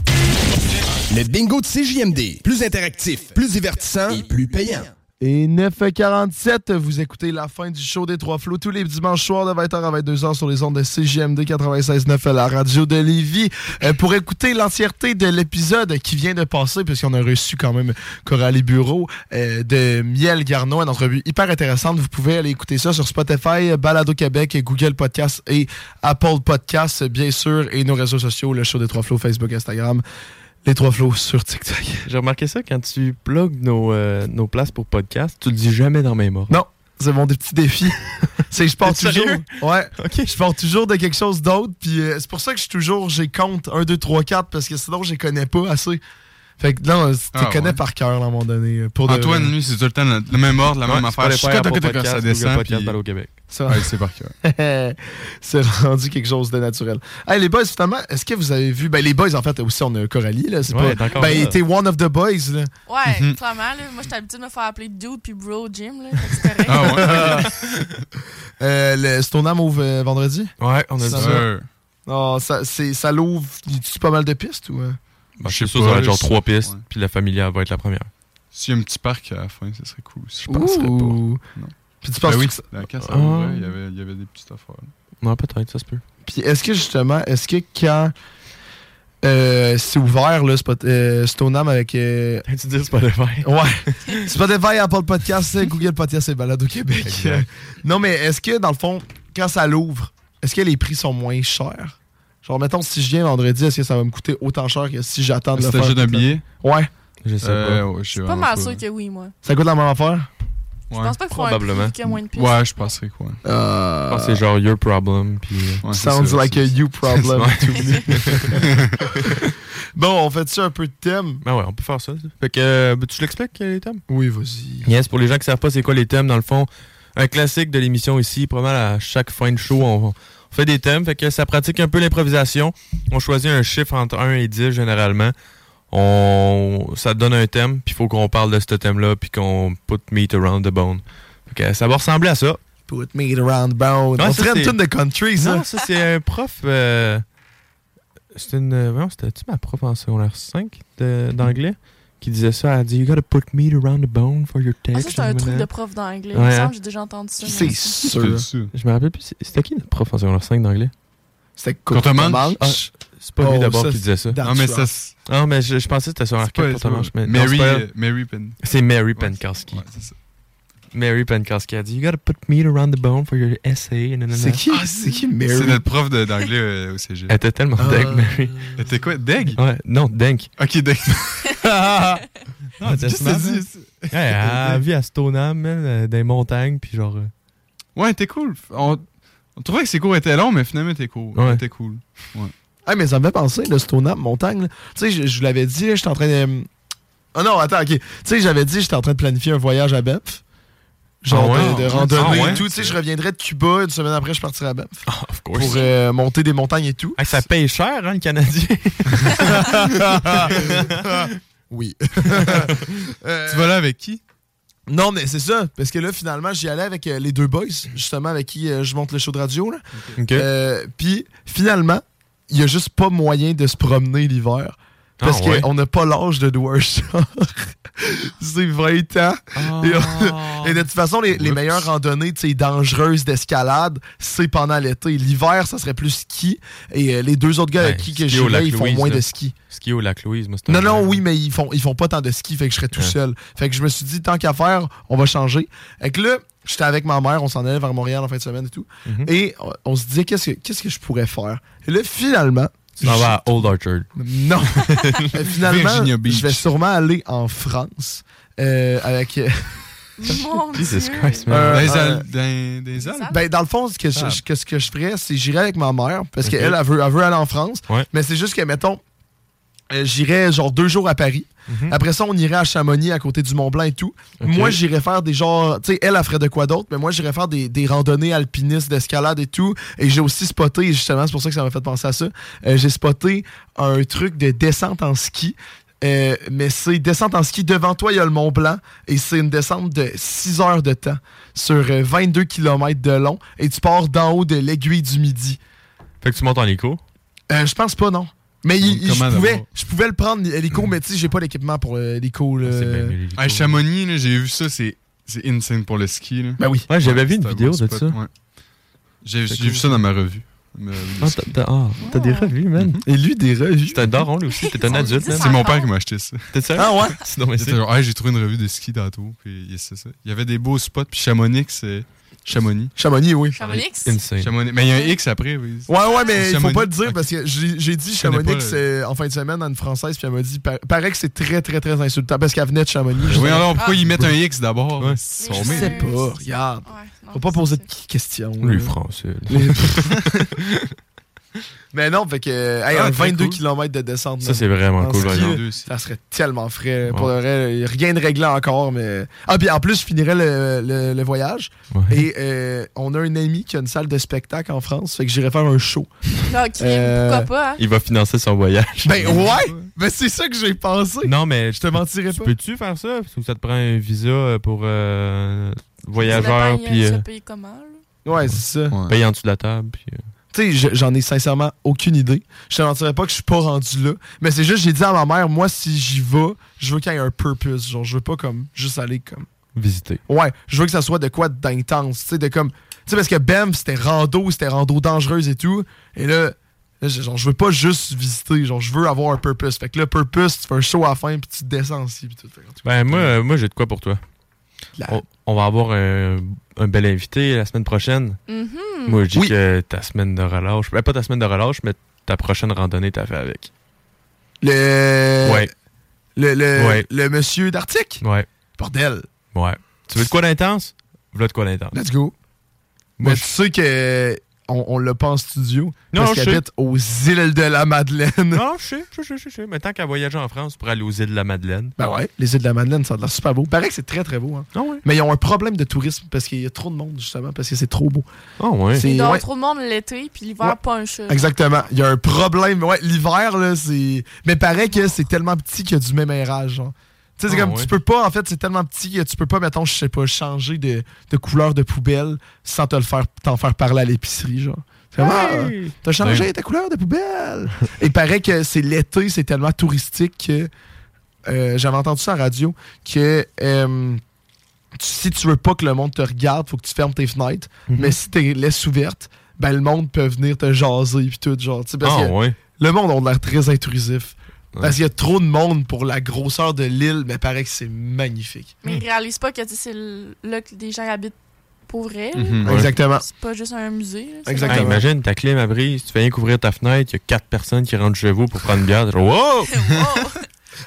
S7: Le bingo de CJMD. Plus interactif, plus divertissant et plus payant.
S1: Et 9h47, vous écoutez la fin du show des Trois Flots tous les dimanches soirs de 20h à 22h sur les ondes de CGMD 96.9 à la radio de Lévis. Euh, pour écouter l'entièreté de l'épisode qui vient de passer, puisqu'on a reçu quand même Coralie Bureau euh, de Miel Garneau, une entrevue hyper intéressante. Vous pouvez aller écouter ça sur Spotify, Balado Québec, Google Podcast et Apple Podcast, bien sûr, et nos réseaux sociaux, le show des Trois Flots, Facebook, Instagram, les Trois Flots sur TikTok.
S2: J'ai remarqué ça quand tu plugues nos, euh, nos places pour podcast, tu le dis jamais dans mes morts.
S1: Non, c'est mon petit
S3: [LAUGHS]
S1: défi. c'est que je pars
S2: T'es
S1: toujours.
S2: sérieux?
S1: Ouais. Je pars toujours de quelque chose d'autre. Puis euh, c'est pour ça que je suis toujours, j'ai compte 1, 2, 3, 4 parce que sinon, je les connais pas assez. Fait que non, tu
S3: Ah,
S1: les connais
S3: ouais.
S1: par cœur, là, à un moment donné. euh, Pour de
S3: Antoine,
S1: vrai.
S3: lui, c'est tout le temps le, le même ordre, la
S2: Ouais,
S3: même affaire.
S2: Spotify,
S3: Je suis quand-
S2: Apple
S3: quand- quand- quand
S2: Podcast,
S3: ça
S2: Google
S3: descend.
S2: Podcast,
S3: puis-
S2: Balado Québec.
S1: Ça va.
S3: Ouais, c'est par cœur.
S1: [LAUGHS] c'est rendu quelque chose de naturel. Hey, les boys, finalement, est-ce que vous avez vu. Ben, les boys, en fait, aussi, on a Coralie, là. C'est pas...
S2: Ouais, t'es encore
S1: Ben,
S2: là.
S1: il était one of the boys, là.
S4: Ouais,
S1: Mhm.
S4: vraiment, là. Moi, j'étais habituée de me faire appeler dude puis bro Jim, là. Fait que c'est correct.
S3: Ah.
S1: [LAUGHS] Euh, le Stoneham ouvre euh, vendredi?
S2: Ouais, on a
S1: Ça
S3: [LAUGHS]
S2: dit
S1: va.
S2: ça.
S1: Non, ça, c'est- ça l'ouvre. tu pas mal de pistes ou. euh?
S2: Je suis sûr, ça va être genre trois pistes, puis la familiale va être la première.
S3: S'il y a un petit parc à la fin, ce serait cool. aussi.
S2: Je penserais pas.
S1: Ouh. Puis tu penses
S3: Ben oui,
S1: que ça-
S3: la casse,
S1: Ah.
S3: il y avait- il y avait des petites affaires.
S2: Non, peut-être, ça se peut.
S1: Puis est-ce que justement, est-ce que quand euh, c'est ouvert, là, Spot- euh, Stoneham avec. euh,
S2: Tu dis Spotify.
S1: Ouais. Spotify, Apple Podcast, Google Podcast et Balade au Québec.
S2: Exact.
S1: non, mais est-ce que dans le fond, quand ça l'ouvre, est-ce que les prix sont moins chers? Genre, mettons, si je viens vendredi, est-ce que ça va me coûter autant cher que si j'attends de
S3: Si
S1: le
S3: t'achètes
S1: faire?
S3: un billet?
S1: Ouais.
S2: Je
S3: sais Euh, pas. ouais, je sais
S4: Pas mal sûr que oui, moi.
S1: Ça coûte la même affaire?
S3: Je
S4: pense pas qu'il faut un prix qui a moins de pistes.
S3: Ouais, je penserais quoi.
S2: Je pense que c'est genre Your Problem, puis. euh,
S3: Ouais, c'est
S1: Sounds
S3: ça,
S1: like
S3: c'est
S1: a
S3: ça.
S1: you
S3: [LAUGHS]
S1: problem.
S2: Ouais.
S1: to me. bon, on fait ça un peu de thème.
S2: Ben ouais, on peut faire ça. ça. Fait que, euh, ben, tu l'expliques, euh, les thèmes?
S1: Oui, vas-y.
S2: Yes, pour les gens qui savent pas c'est quoi les thèmes, dans le fond, un classique de l'émission ici, probablement à chaque fin de show, on, on fait des thèmes, fait que ça pratique un peu l'improvisation. On choisit un chiffre entre 1 et 10 généralement. On, ça te donne un thème, puis il faut qu'on parle de ce thème-là, puis qu'on put meat around the bone. Fait que ça va ressembler à ça.
S1: Put me around bound.
S2: Ouais,
S1: on
S2: ça,
S1: serait une
S2: c'est-
S1: tune de country, ça.
S2: Non, ça, c'est un prof. euh, c'était une. euh, voyons, c'était-tu ma prof en secondaire 5 de- d'anglais qui disait ça? Elle dit You gotta put meat around the bone for your
S4: Ah,
S2: text.
S4: ça, c'est un truc de prof d'anglais. Il me
S2: Ouais,
S4: semble
S2: hein?
S4: que j'ai déjà entendu ça. moi
S1: C'est
S4: aussi.
S1: sûr.
S2: Je me rappelle plus. c'est- C'était qui notre prof en secondaire 5 d'anglais?
S1: C'était
S3: Courtemanche?
S1: Courtemanche?
S2: Ah, c'est pas lui
S3: Oh,
S2: d'abord
S3: ça,
S2: qui disait Ah, ça.
S3: Non, mais ça, c'est-
S2: Non, mais je, je pensais que c'était sur
S3: C'est pas-
S2: Arcade
S3: c'est pas-
S2: Courtemanche. mais- non, c'est
S3: Mary,
S2: pas
S3: euh,
S2: elle.
S3: Mary Penn.
S2: C'est Mary Penkowski. Mary Penkowski a dit You gotta put meat around the bone for your essay. nanana.
S3: C'est qui-
S2: Ah,
S1: c'est qui
S3: C'est notre prof de- d'anglais euh, au CG.
S2: Elle était tellement
S3: Ah.
S2: deg,
S3: [LAUGHS]
S2: Mary.
S3: Elle était quoi? Deg?
S2: Ouais, non,
S3: [LAUGHS]
S2: denk.
S3: Ok,
S2: [LAUGHS]
S3: deg.
S2: Non,
S3: Qu'est-ce que t'as dit?
S2: Ouais, [LAUGHS] elle vit à Stoneham, man, euh, dans les montagnes, puis genre. euh,
S3: Ouais, t'es cool. On, on trouvait que ses cours étaient longs, mais finalement, t'es cool.
S2: Ouais.
S3: T'es cool. Ouais.
S1: Ah, mais ça me fait penser, le Stoneham, montagne. là. Tu sais, je, je vous l'avais dit, là, j'étais euh, en train de. Oh non, attends, ok. Tu sais, j'avais dit, j'étais en train de planifier un voyage à Banff. Genre
S2: Ah ouais?
S1: de, de randonnée
S2: Ah ouais? Ah,
S1: et tout. Tu sais, je reviendrai de Cuba une semaine après, je partirai à Banff.
S2: course. Ah.
S1: Pour euh, monter des montagnes et tout.
S2: ça paye cher, hein, le Canadien.
S1: oui. [LAUGHS] Euh,
S3: Tu vas là avec qui?
S1: Non, mais c'est ça. Parce que là, finalement, j'y allais avec euh, les deux boys, justement, avec qui euh, je monte le show de radio. là.
S2: [LAUGHS] Ok.
S1: Euh, Puis, finalement, il n'y a juste pas moyen de se promener l'hiver. Parce
S2: Ah ouais?
S1: qu'on n'a pas l'âge de louer un char. [LAUGHS] c'est 20 ans.
S2: Ah.
S1: Et, on- et [LAUGHS] de toute façon, les, les meilleures randonnées tu sais, dangereuses d'escalade, c'est pendant l'été. L'hiver, ça serait plus ski. Et euh, les deux autres gars avec qui que
S2: Ski
S1: je
S2: au
S1: vais,
S2: Lac
S1: ils font
S2: Louise,
S1: moins
S2: là.
S1: de ski.
S2: Ski au lac Louise, moi, c'est un-
S1: Non, non, oui, mais ils font, ils font pas tant de ski, fait que je serais tout
S2: Ouais.
S1: seul. Fait que je me suis dit, tant qu'à faire, on va changer. Fait que là, j'étais avec ma mère, on s'en allait vers Montréal en fin de semaine et tout.
S2: Mhm.
S1: Et on, on se disait, qu'est-ce que, qu'est-ce que je pourrais faire? Et là, finalement.
S2: Tu t'en
S1: je-
S2: vas à Old Orchard. [LAUGHS]
S1: Non! Mais finalement,
S2: Virginia Beach.
S1: je vais sûrement aller en France euh, avec. euh,
S4: Mon
S2: Jesus
S4: Dieu.
S2: Christ, man.
S1: Euh,
S3: Des
S1: euh,
S3: Al- des- des Alpes?
S1: ben, dans le fond, ce que, je-
S3: Ah.
S1: je- que ce que je ferais, c'est j'irais avec ma mère, parce
S3: Ok.
S1: qu'elle, elle veut, elle veut aller en France.
S2: Ouais.
S1: Mais c'est juste que, mettons, euh, j'irais genre deux jours à Paris. Après ça, on irait à Chamonix, à côté du Mont-Blanc et tout. Moi, j'irais faire des genres... Tu sais, elle, elle ferait de quoi d'autre, mais moi, j'irais faire des, des randonnées alpinistes, d'escalade et tout. Et j'ai aussi spoté, et justement, c'est pour ça que ça m'a fait penser à ça, euh, j'ai spoté un truc de descente en ski. Euh, mais c'est descente en ski. Devant toi, il y a le Mont Blanc et c'est une descente de 6 heures de temps sur euh, 22 km de long et tu pars d'en haut de l'aiguille du midi.
S2: Fait que tu montes en hélico.
S1: Euh, je pense pas, non. Mais il- il-
S3: Comment Hmm.
S1: je, pouvais,
S3: d'abord?
S1: je pouvais le prendre, l'hélico, mais tu sais, j'ai pas l'équipement pour euh, l'hélico.
S3: Ah,
S1: là.
S3: À Chamonix, là, j'ai vu ça, c'est c'est insane pour le ski. Là.
S1: Ben oui.
S2: Ouais, j'avais vu une
S3: c'est un
S2: vidéo
S3: bon
S2: de
S3: spot,
S2: ça.
S3: ouais. J'ai
S2: C'est
S3: j'ai
S2: cool.
S3: vu ça dans ma revue. Ma revue de
S2: Ah,
S3: ski.
S2: t'as- t'as ah, t'as des revues, man.
S1: Mhm. Et lui, des revues.
S2: T'es un daron, lui aussi. T'es un adulte, man.
S3: C'est mon père qui m'a acheté ça.
S2: T'es sérieux?
S1: Ah
S2: [LAUGHS]
S1: ouais?
S2: C'est normal,
S3: Il était
S2: c'est-
S3: genre, Hey, j'ai trouvé une revue de ski tantôt. Puis il- c'est ça. Il y avait des beaux spots. Puis Chamonix, c'est Chamonix.
S1: Chamonix, oui.
S4: Chamonix?
S2: Insane.
S3: Chamonix. Mais il y a un X après. Oui.
S1: Ouais, ouais, mais il faut
S3: Chamonix.
S1: pas le dire parce que j'ai j'ai dit
S3: Je connais
S1: Chamonix
S3: pas,
S1: euh, en fin de semaine à une Française, puis elle m'a dit, pa- paraît que c'est très, très, très insultant parce qu'elle venait de Chamonix.
S3: Oui, alors pourquoi ils mettent un X d'abord
S2: Ouais.
S3: Ils sont
S1: Je
S3: mis.
S1: sais pas, regarde. Faut pas poser de questions.
S2: Lui,
S1: là.
S2: français.
S1: Les- Mais non, fait que euh, hey,
S3: Ah,
S1: un
S3: très
S1: 22
S3: cool.
S1: km de descente.
S2: Ça,
S1: man.
S2: c'est vraiment
S1: En
S2: cool,
S1: ski,
S2: vraiment.
S1: là, Ça serait tellement frais. Pour le
S2: Ouais.
S1: vrai, rien de réglé encore, mais. Ah, puis en plus, je finirais le, le- le voyage.
S2: Ouais.
S1: Et euh, on a un ami qui a une salle de spectacle en France. Fait que j'irai faire un show.
S4: Là, ok,
S1: Euh,
S4: pourquoi pas, hein?
S2: Il va financer son voyage.
S1: Ben ouais! Mais c'est ça que j'ai pensé.
S2: Non, mais
S1: Je te mentirais pas.
S2: Peux-tu faire ça? Parce que ça te prend un visa pour euh,
S4: Ça
S2: voyageur,
S4: dépend,
S2: puis
S4: euh,
S2: euh,
S4: se payer comment, là?
S1: Ouais, c'est ça.
S3: Ouais.
S2: paye en dessous de la table. Puis, euh,
S1: Tu sais, je- j'en ai sincèrement aucune idée. Je te mentirais pas que je suis pas rendu là. Mais c'est juste, j'ai dit à ma mère, moi, si j'y vais, je veux qu'il y ait un purpose. Genre, je veux pas comme juste aller comme.
S2: visiter.
S1: Ouais, je veux que ça soit de quoi d'intense, tu sais, de comme... Tu sais, parce que Bam, c'était rando, c'était rando dangereuse et tout, et là, là, j'ai- genre, je veux pas juste visiter, genre, je veux avoir un purpose. Fait que le purpose, tu fais un show à la fin, puis tu descends ici, puis tout. Fait que-
S2: Ben, moi, euh, moi j'ai de quoi pour toi.
S1: La-
S2: Ben, On, on va avoir un, un bel invité la semaine prochaine. Moi, je dis
S1: Oui.
S2: que ta semaine de relâche, ben, pas ta semaine de relâche, mais ta prochaine randonnée, t'as fait avec.
S1: Le...
S2: Ouais,
S1: Le, le,
S2: Ouais.
S1: le monsieur d'Arctique.
S2: ouais,
S1: Bordel.
S2: ouais. Tu veux de quoi d'intense? Voilà de quoi d'intense.
S1: Let's go.
S2: Moi,
S1: Mais
S2: je-
S1: tu sais que... On, on l'a pas en studio.
S2: Non,
S1: parce
S2: je
S1: qu'il
S2: sais.
S1: habite aux îles de la Madeleine.
S2: Non, je sais, je sais, je sais, je sais. Mais tant qu'à voyager en France pour aller aux îles de la Madeleine.
S1: [LAUGHS] Ben ouais, les îles de la Madeleine, ça a l'air super beau. Pareil que c'est très très beau. Hein.
S2: Ah ouais.
S1: Mais ils ont un problème de tourisme parce qu'il y a trop de monde, justement, parce que c'est trop beau.
S2: Ah ouais.
S4: Il
S1: C'est
S4: dort
S1: ouais,
S4: trop de monde l'été, puis l'hiver,
S1: Ouais.
S4: pas un chat.
S1: exactement. Il y a un problème. Ouais, l'hiver là, c'est. Mais pareil que c'est tellement petit qu'il y a du même aérage. genre. Tu sais, c'est
S2: Ah
S1: comme
S2: ouais.
S1: tu peux pas. En fait, c'est tellement petit que tu peux pas, mettons, je sais pas, changer de, de couleur de poubelle sans te le faire, t'en faire parler à l'épicerie, genre. C'est comme, ah,
S2: Hey!
S1: t'as
S2: Ben.
S1: changé ta couleur de poubelle. Et pareil que c'est l'été, c'est tellement touristique que euh, j'avais entendu ça à la radio que euh, tu- si tu veux pas que le monde te regarde, faut que tu fermes tes fenêtres.
S2: Mhm.
S1: Mais si tu les laisses ouvertes, ben le monde peut venir te jaser puis tout genre. tu sais, Parce
S2: Ah
S1: que
S2: ouais.
S1: le monde a l'air très intrusif.
S2: Ouais.
S1: Parce qu'il y a trop de monde pour la grosseur de l'île, mais paraît que c'est magnifique.
S4: Mais ils réalisent pas que tu sais, c'est le- là que des gens habitent pour vrai.
S1: Mm.
S4: là.
S3: Mhm.
S2: Ouais.
S1: Exactement.
S4: C'est pas juste un musée. là, c'est
S1: Exactement.
S2: Hey, imagine, ta clim à
S1: [LAUGHS]
S2: brise, tu fais rien qu'ouvrir ta fenêtre, il y a quatre personnes qui rentrent chez vous pour prendre une bière. t'es genre, Wow!
S4: vraiment- [LAUGHS] Wow!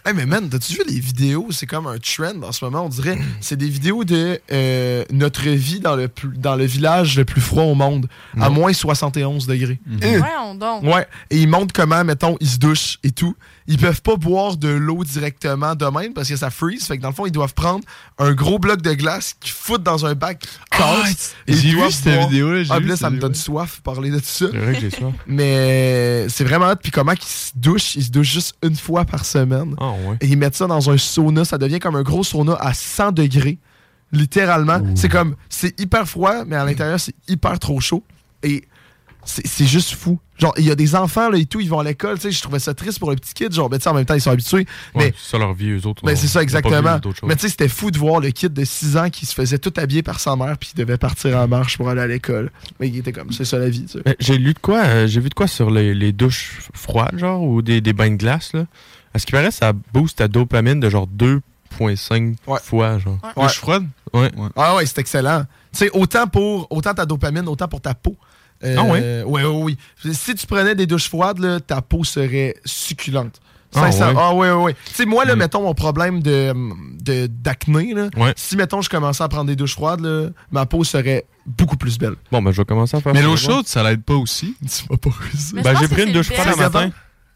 S1: Hey, mais man, t'as-tu vu les vidéos? C'est comme un trend en ce moment, on dirait.
S3: Mm.
S1: C'est des vidéos de euh, notre vie dans le, plus- dans le village le plus froid au monde, à
S3: Mm.
S1: moins 71 degrés. Euh.
S3: Mm-hmm.
S4: Voyons donc.
S1: Ouais, et ils montrent comment, mettons, ils se douchent et tout. Ils peuvent pas boire de l'eau directement de même parce que ça freeze. Fait que dans le fond, ils doivent prendre un gros bloc de glace qu'ils foutent dans un bac casse.
S3: Ah, j'ai
S1: ils
S3: vu
S1: doivent
S3: cette
S1: boire.
S3: vidéo-là, j'ai
S1: Ah,
S3: vu
S1: puis là,
S3: cette
S1: ça me donne soif, parler de tout ça. C'est vrai que j'ai soif. Mais c'est vraiment hot. Puis comment ils se douchent, ils se douchent juste une fois par semaine.
S2: Ah,
S1: Et ils mettent ça dans un sauna. Ça devient comme un gros sauna à 100 degrés. Littéralement. C'est comme, c'est hyper froid, mais à l'intérieur, c'est hyper trop chaud. Et c'est c'est juste fou. Genre, il y a des enfants là et tout, ils vont à l'école, tu sais, je trouvais ça triste pour le petit kid, genre, ben tu sais, en même temps, ils sont habitués.
S2: Ouais,
S1: mais
S2: c'est ça leur vie, eux autres.
S1: ben,
S2: on-
S1: c'est ça,
S2: on a pas vu
S1: exactement.
S2: d'autres choses.
S1: Mais tu sais, c'était fou de voir le kid de 6 ans qui se faisait tout habiller par sa mère, puis il devait partir en marche pour aller à l'école. Mais il était comme, c'est ça la vie, tu sais.
S2: Mais J'ai lu de quoi, euh, j'ai vu de quoi sur les, les douches froides, genre, ou des, des bains de glace, là. À ce qui paraît, ça booste ta dopamine de genre 2,5 fois, genre.
S1: Ouais. Douche
S2: froide? Ouais.
S1: Ah ouais, c'est excellent. Tu sais, autant pour autant ta dopamine, autant pour ta peau. Euh,
S2: Ah ouais?
S1: Ouais, ouais, ouais. Si tu prenais des douches froides, là, ta peau serait succulente.
S2: Ah
S1: Sincère-
S2: ouais?
S1: Ah ouais, ouais, ouais. Tu sais, moi, là, mettons mon problème de de- d'acné, là, si, mettons, je commençais à prendre des douches froides, là, ma peau serait beaucoup plus belle.
S2: Bon, ben, je vais commencer à faire
S3: Mais
S2: ça,
S3: l'eau
S2: genre.
S3: chaude, ça l'aide
S2: [LAUGHS]
S3: pas aussi.
S1: Tu vas pas réussir.
S2: Ben, j'ai pris une douche froide le matin.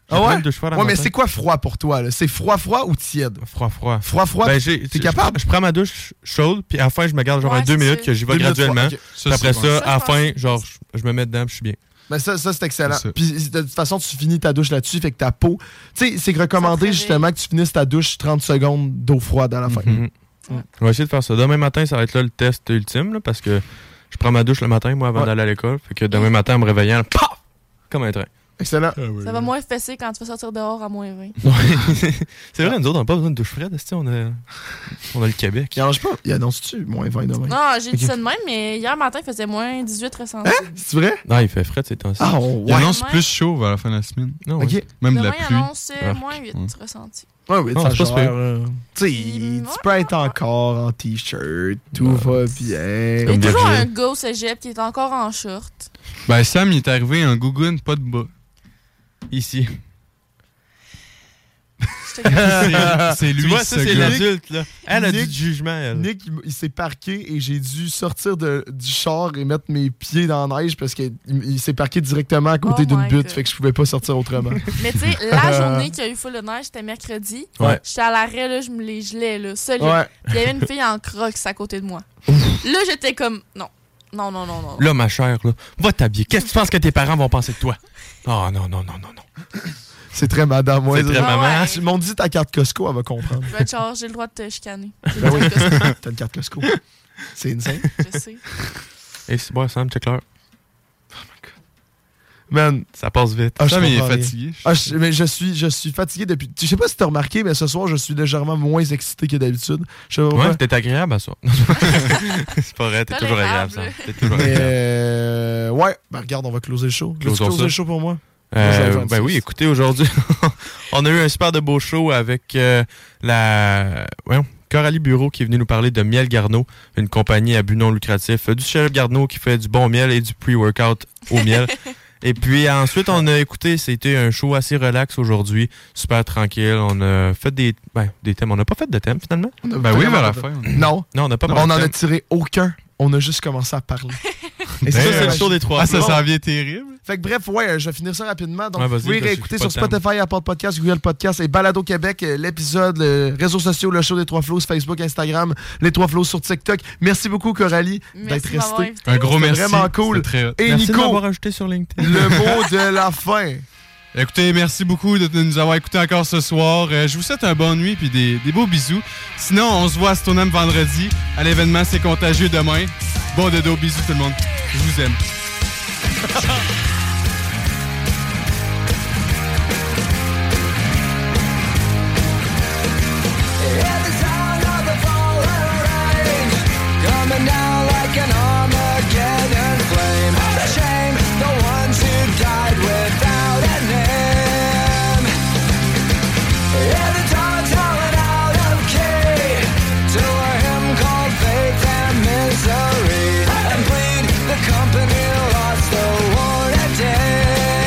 S2: J'ai
S1: Ah
S2: pris
S1: ouais?
S2: une douche froide le
S1: ouais, mais
S2: matin.
S1: c'est quoi froid pour toi? là? C'est froid froid ou tiède?
S2: Froid froid.
S1: Froid froid?
S2: Ben, j'ai-
S1: t'es
S2: je-
S1: capable?
S2: Je, prends ma douche chaude, puis à la fin, je me garde genre
S1: Ouais,
S2: un deux
S1: c'est
S2: minutes
S1: ça.
S2: que j'y vais
S1: Deux minutes,
S2: graduellement.
S1: ouais, ok.
S2: Puis
S1: Ça,
S2: après
S1: c'est bon.
S2: ça,
S1: Ça,
S2: à la
S1: je pense
S2: fin, genre, je, je me mets dedans, puis je suis bien.
S1: Ben ça, ça c'est excellent.
S2: C'est ça.
S1: Puis de toute façon, tu finis ta douche là-dessus, fait que ta peau. Tu sais, c'est recommandé justement que tu finisses ta douche 30 secondes d'eau froide à la fin.
S2: On va essayer de faire ça. Demain matin, ça va être là le test ultime, là, parce que je prends ma douche le matin, moi, avant d'aller à l'école. Fait que demain matin, en me réveillant, paf! Comme un train.
S1: Excellent.
S2: Ah
S4: Ça va moins fesser quand tu vas sortir dehors à moins 20.
S2: [LAUGHS] C'est vrai, nous autres, on n'a pas besoin de douche froide. esti, On a, on a le Québec.
S1: Il pas. Il annonce-tu moins 20 demain?
S4: Non, j'ai dit
S2: Ok.
S4: ça de même, mais hier matin, il faisait moins 18 ressenti.
S1: C'est vrai?
S2: Non, il fait frais ces temps-ci.
S1: Ah, ouais.
S3: Il annonce
S4: Ouais.
S3: plus chaud vers la fin de la semaine. Même de la
S4: Demain, il
S3: pluie.
S4: annonce euh,
S3: Arc.
S4: moins 8 ressentis.
S1: Ah, Ouais, oui,
S3: Non,
S1: ça
S3: c'est pas
S1: gère,
S3: super.
S1: là. Tu sais, tu peux être encore en t-shirt, tout va bien.
S4: Il y a toujours un gars au cégep qui est encore en short.
S3: Ben, Sam, il est arrivé en gougoune, pas de bas.
S2: Ici.
S1: [LAUGHS]
S3: C'est- c'est lui,
S2: Tu vois, ça,
S3: ce
S2: c'est
S3: gars.
S2: l'adulte, là. Elle a
S1: Nick-
S2: du jugement, elle.
S1: Nick, il, il s'est parqué et j'ai dû sortir de- du char et mettre mes pieds dans la neige parce qu'il il s'est parqué directement à côté
S4: Oh
S1: d'une
S4: my
S1: butte,
S4: God.
S1: fait que je pouvais pas sortir
S4: [LAUGHS]
S1: autrement.
S4: Mais tu sais, la journée qu'il y a eu full de neige, c'était mercredi.
S1: Ouais.
S4: J'étais à l'arrêt, là, je me les gelais, là, solide.
S2: Ouais.
S4: Puis Il y avait une fille en crocs à côté de moi. là, j'étais comme, non, non, non, non, non.
S2: Là, ma chère, là, va t'habiller. Qu'est-ce que tu penses que tes parents vont penser de toi? Oh non, non, non, non, non.
S1: C'est très madame, ouais.
S2: C'est très
S1: Ah
S2: maman.
S1: ouais. Ils m'ont dit ta carte Costco, elle va comprendre.
S4: Je vais être genre, j'ai le droit de te chicaner.
S1: Ben
S4: J'ai le droit
S1: oui,
S4: de te chicaner.
S1: [LAUGHS] t'as une carte Costco. C'est insane.
S4: Je
S1: [LAUGHS]
S4: sais.
S2: Et c'est bon, Sam, check l'heure.
S1: Man.
S2: Ça passe vite.
S1: Ah, je
S2: Sam, il est
S1: comprends rien.
S2: fatigué.
S1: Ah, je- mais je suis, je suis fatigué depuis. Je sais pas si t'as remarqué, mais ce soir, je suis légèrement moins excité que d'habitude. Je sais pas
S2: Ouais,
S1: pourquoi.
S2: t'es agréable à ça. [LAUGHS] c'est pas vrai, t'es toujours agréable, Sam. T'es toujours
S1: Mais
S2: agréable.
S1: euh, ouais, ben regarde, on va closer le show. Veux-tu
S2: Closons
S1: closer
S2: ça.
S1: le show pour moi? Moi, je vais
S2: Euh,
S1: le faire
S2: ben
S1: d'ici.
S2: oui, écoutez, aujourd'hui, [LAUGHS] on a eu un super de beau show avec euh, la voyons, Coralie Bureau qui est venue nous parler de Miel Garneau, une compagnie à but non lucratif, euh, du chef Garneau qui fait du bon miel et du pre-workout au [LAUGHS] miel. Et puis ensuite, on a écouté, c'était un show assez relax aujourd'hui, super tranquille. On a fait des, ben, des thèmes. On n'a pas fait de thèmes finalement.
S1: On a
S2: Ben oui,
S1: vraiment
S2: vers la
S1: pas
S2: fin.
S1: de- Non.
S2: Non, on n'a pas
S1: On
S2: parlé
S1: en
S2: de
S1: a
S2: thème.
S1: tiré aucun. On a juste commencé à
S2: [LAUGHS]
S1: parler.
S2: Ben,
S1: ça,
S2: euh,
S1: la-
S2: le show des trois. Ah, ça s'en vient
S3: terrible.
S1: Fait que bref, ouais, euh, je vais finir ça rapidement. Donc,
S2: Ouais, vas-y,
S1: vous pouvez
S2: parce que
S1: réécouter
S2: j'ai pas
S1: sur
S2: le temps.
S1: Spotify, Apple Podcast, Google Podcast et Balado Québec, euh, l'épisode, euh, réseaux sociaux, le show des Trois Flots, sur Facebook, Instagram, les Trois Flots sur TikTok. Merci beaucoup, Coralie, d'être
S2: de m'avoir
S1: restée.
S2: invité. Un gros
S1: C'était
S2: merci.
S1: vraiment cool.
S3: C'était très hot.
S1: Et
S2: Merci de
S1: Nico,
S2: m'avoir ajouté sur LinkedIn.
S1: le mot de la fin.
S3: Écoutez, merci beaucoup de de nous avoir écoutés encore ce soir. Euh, je vous souhaite un bonne nuit puis des, des beaux bisous. Sinon, on se voit à Stoneham vendredi à l'événement C'est Contagieux demain. Bon dodo, bisous tout le monde. Je vous aime.
S10: Coming down like an Armageddon flame. The shame, the ones who died without a name. Every time telling out of key to a hymn called faith and misery. And bleed, the company lost the war to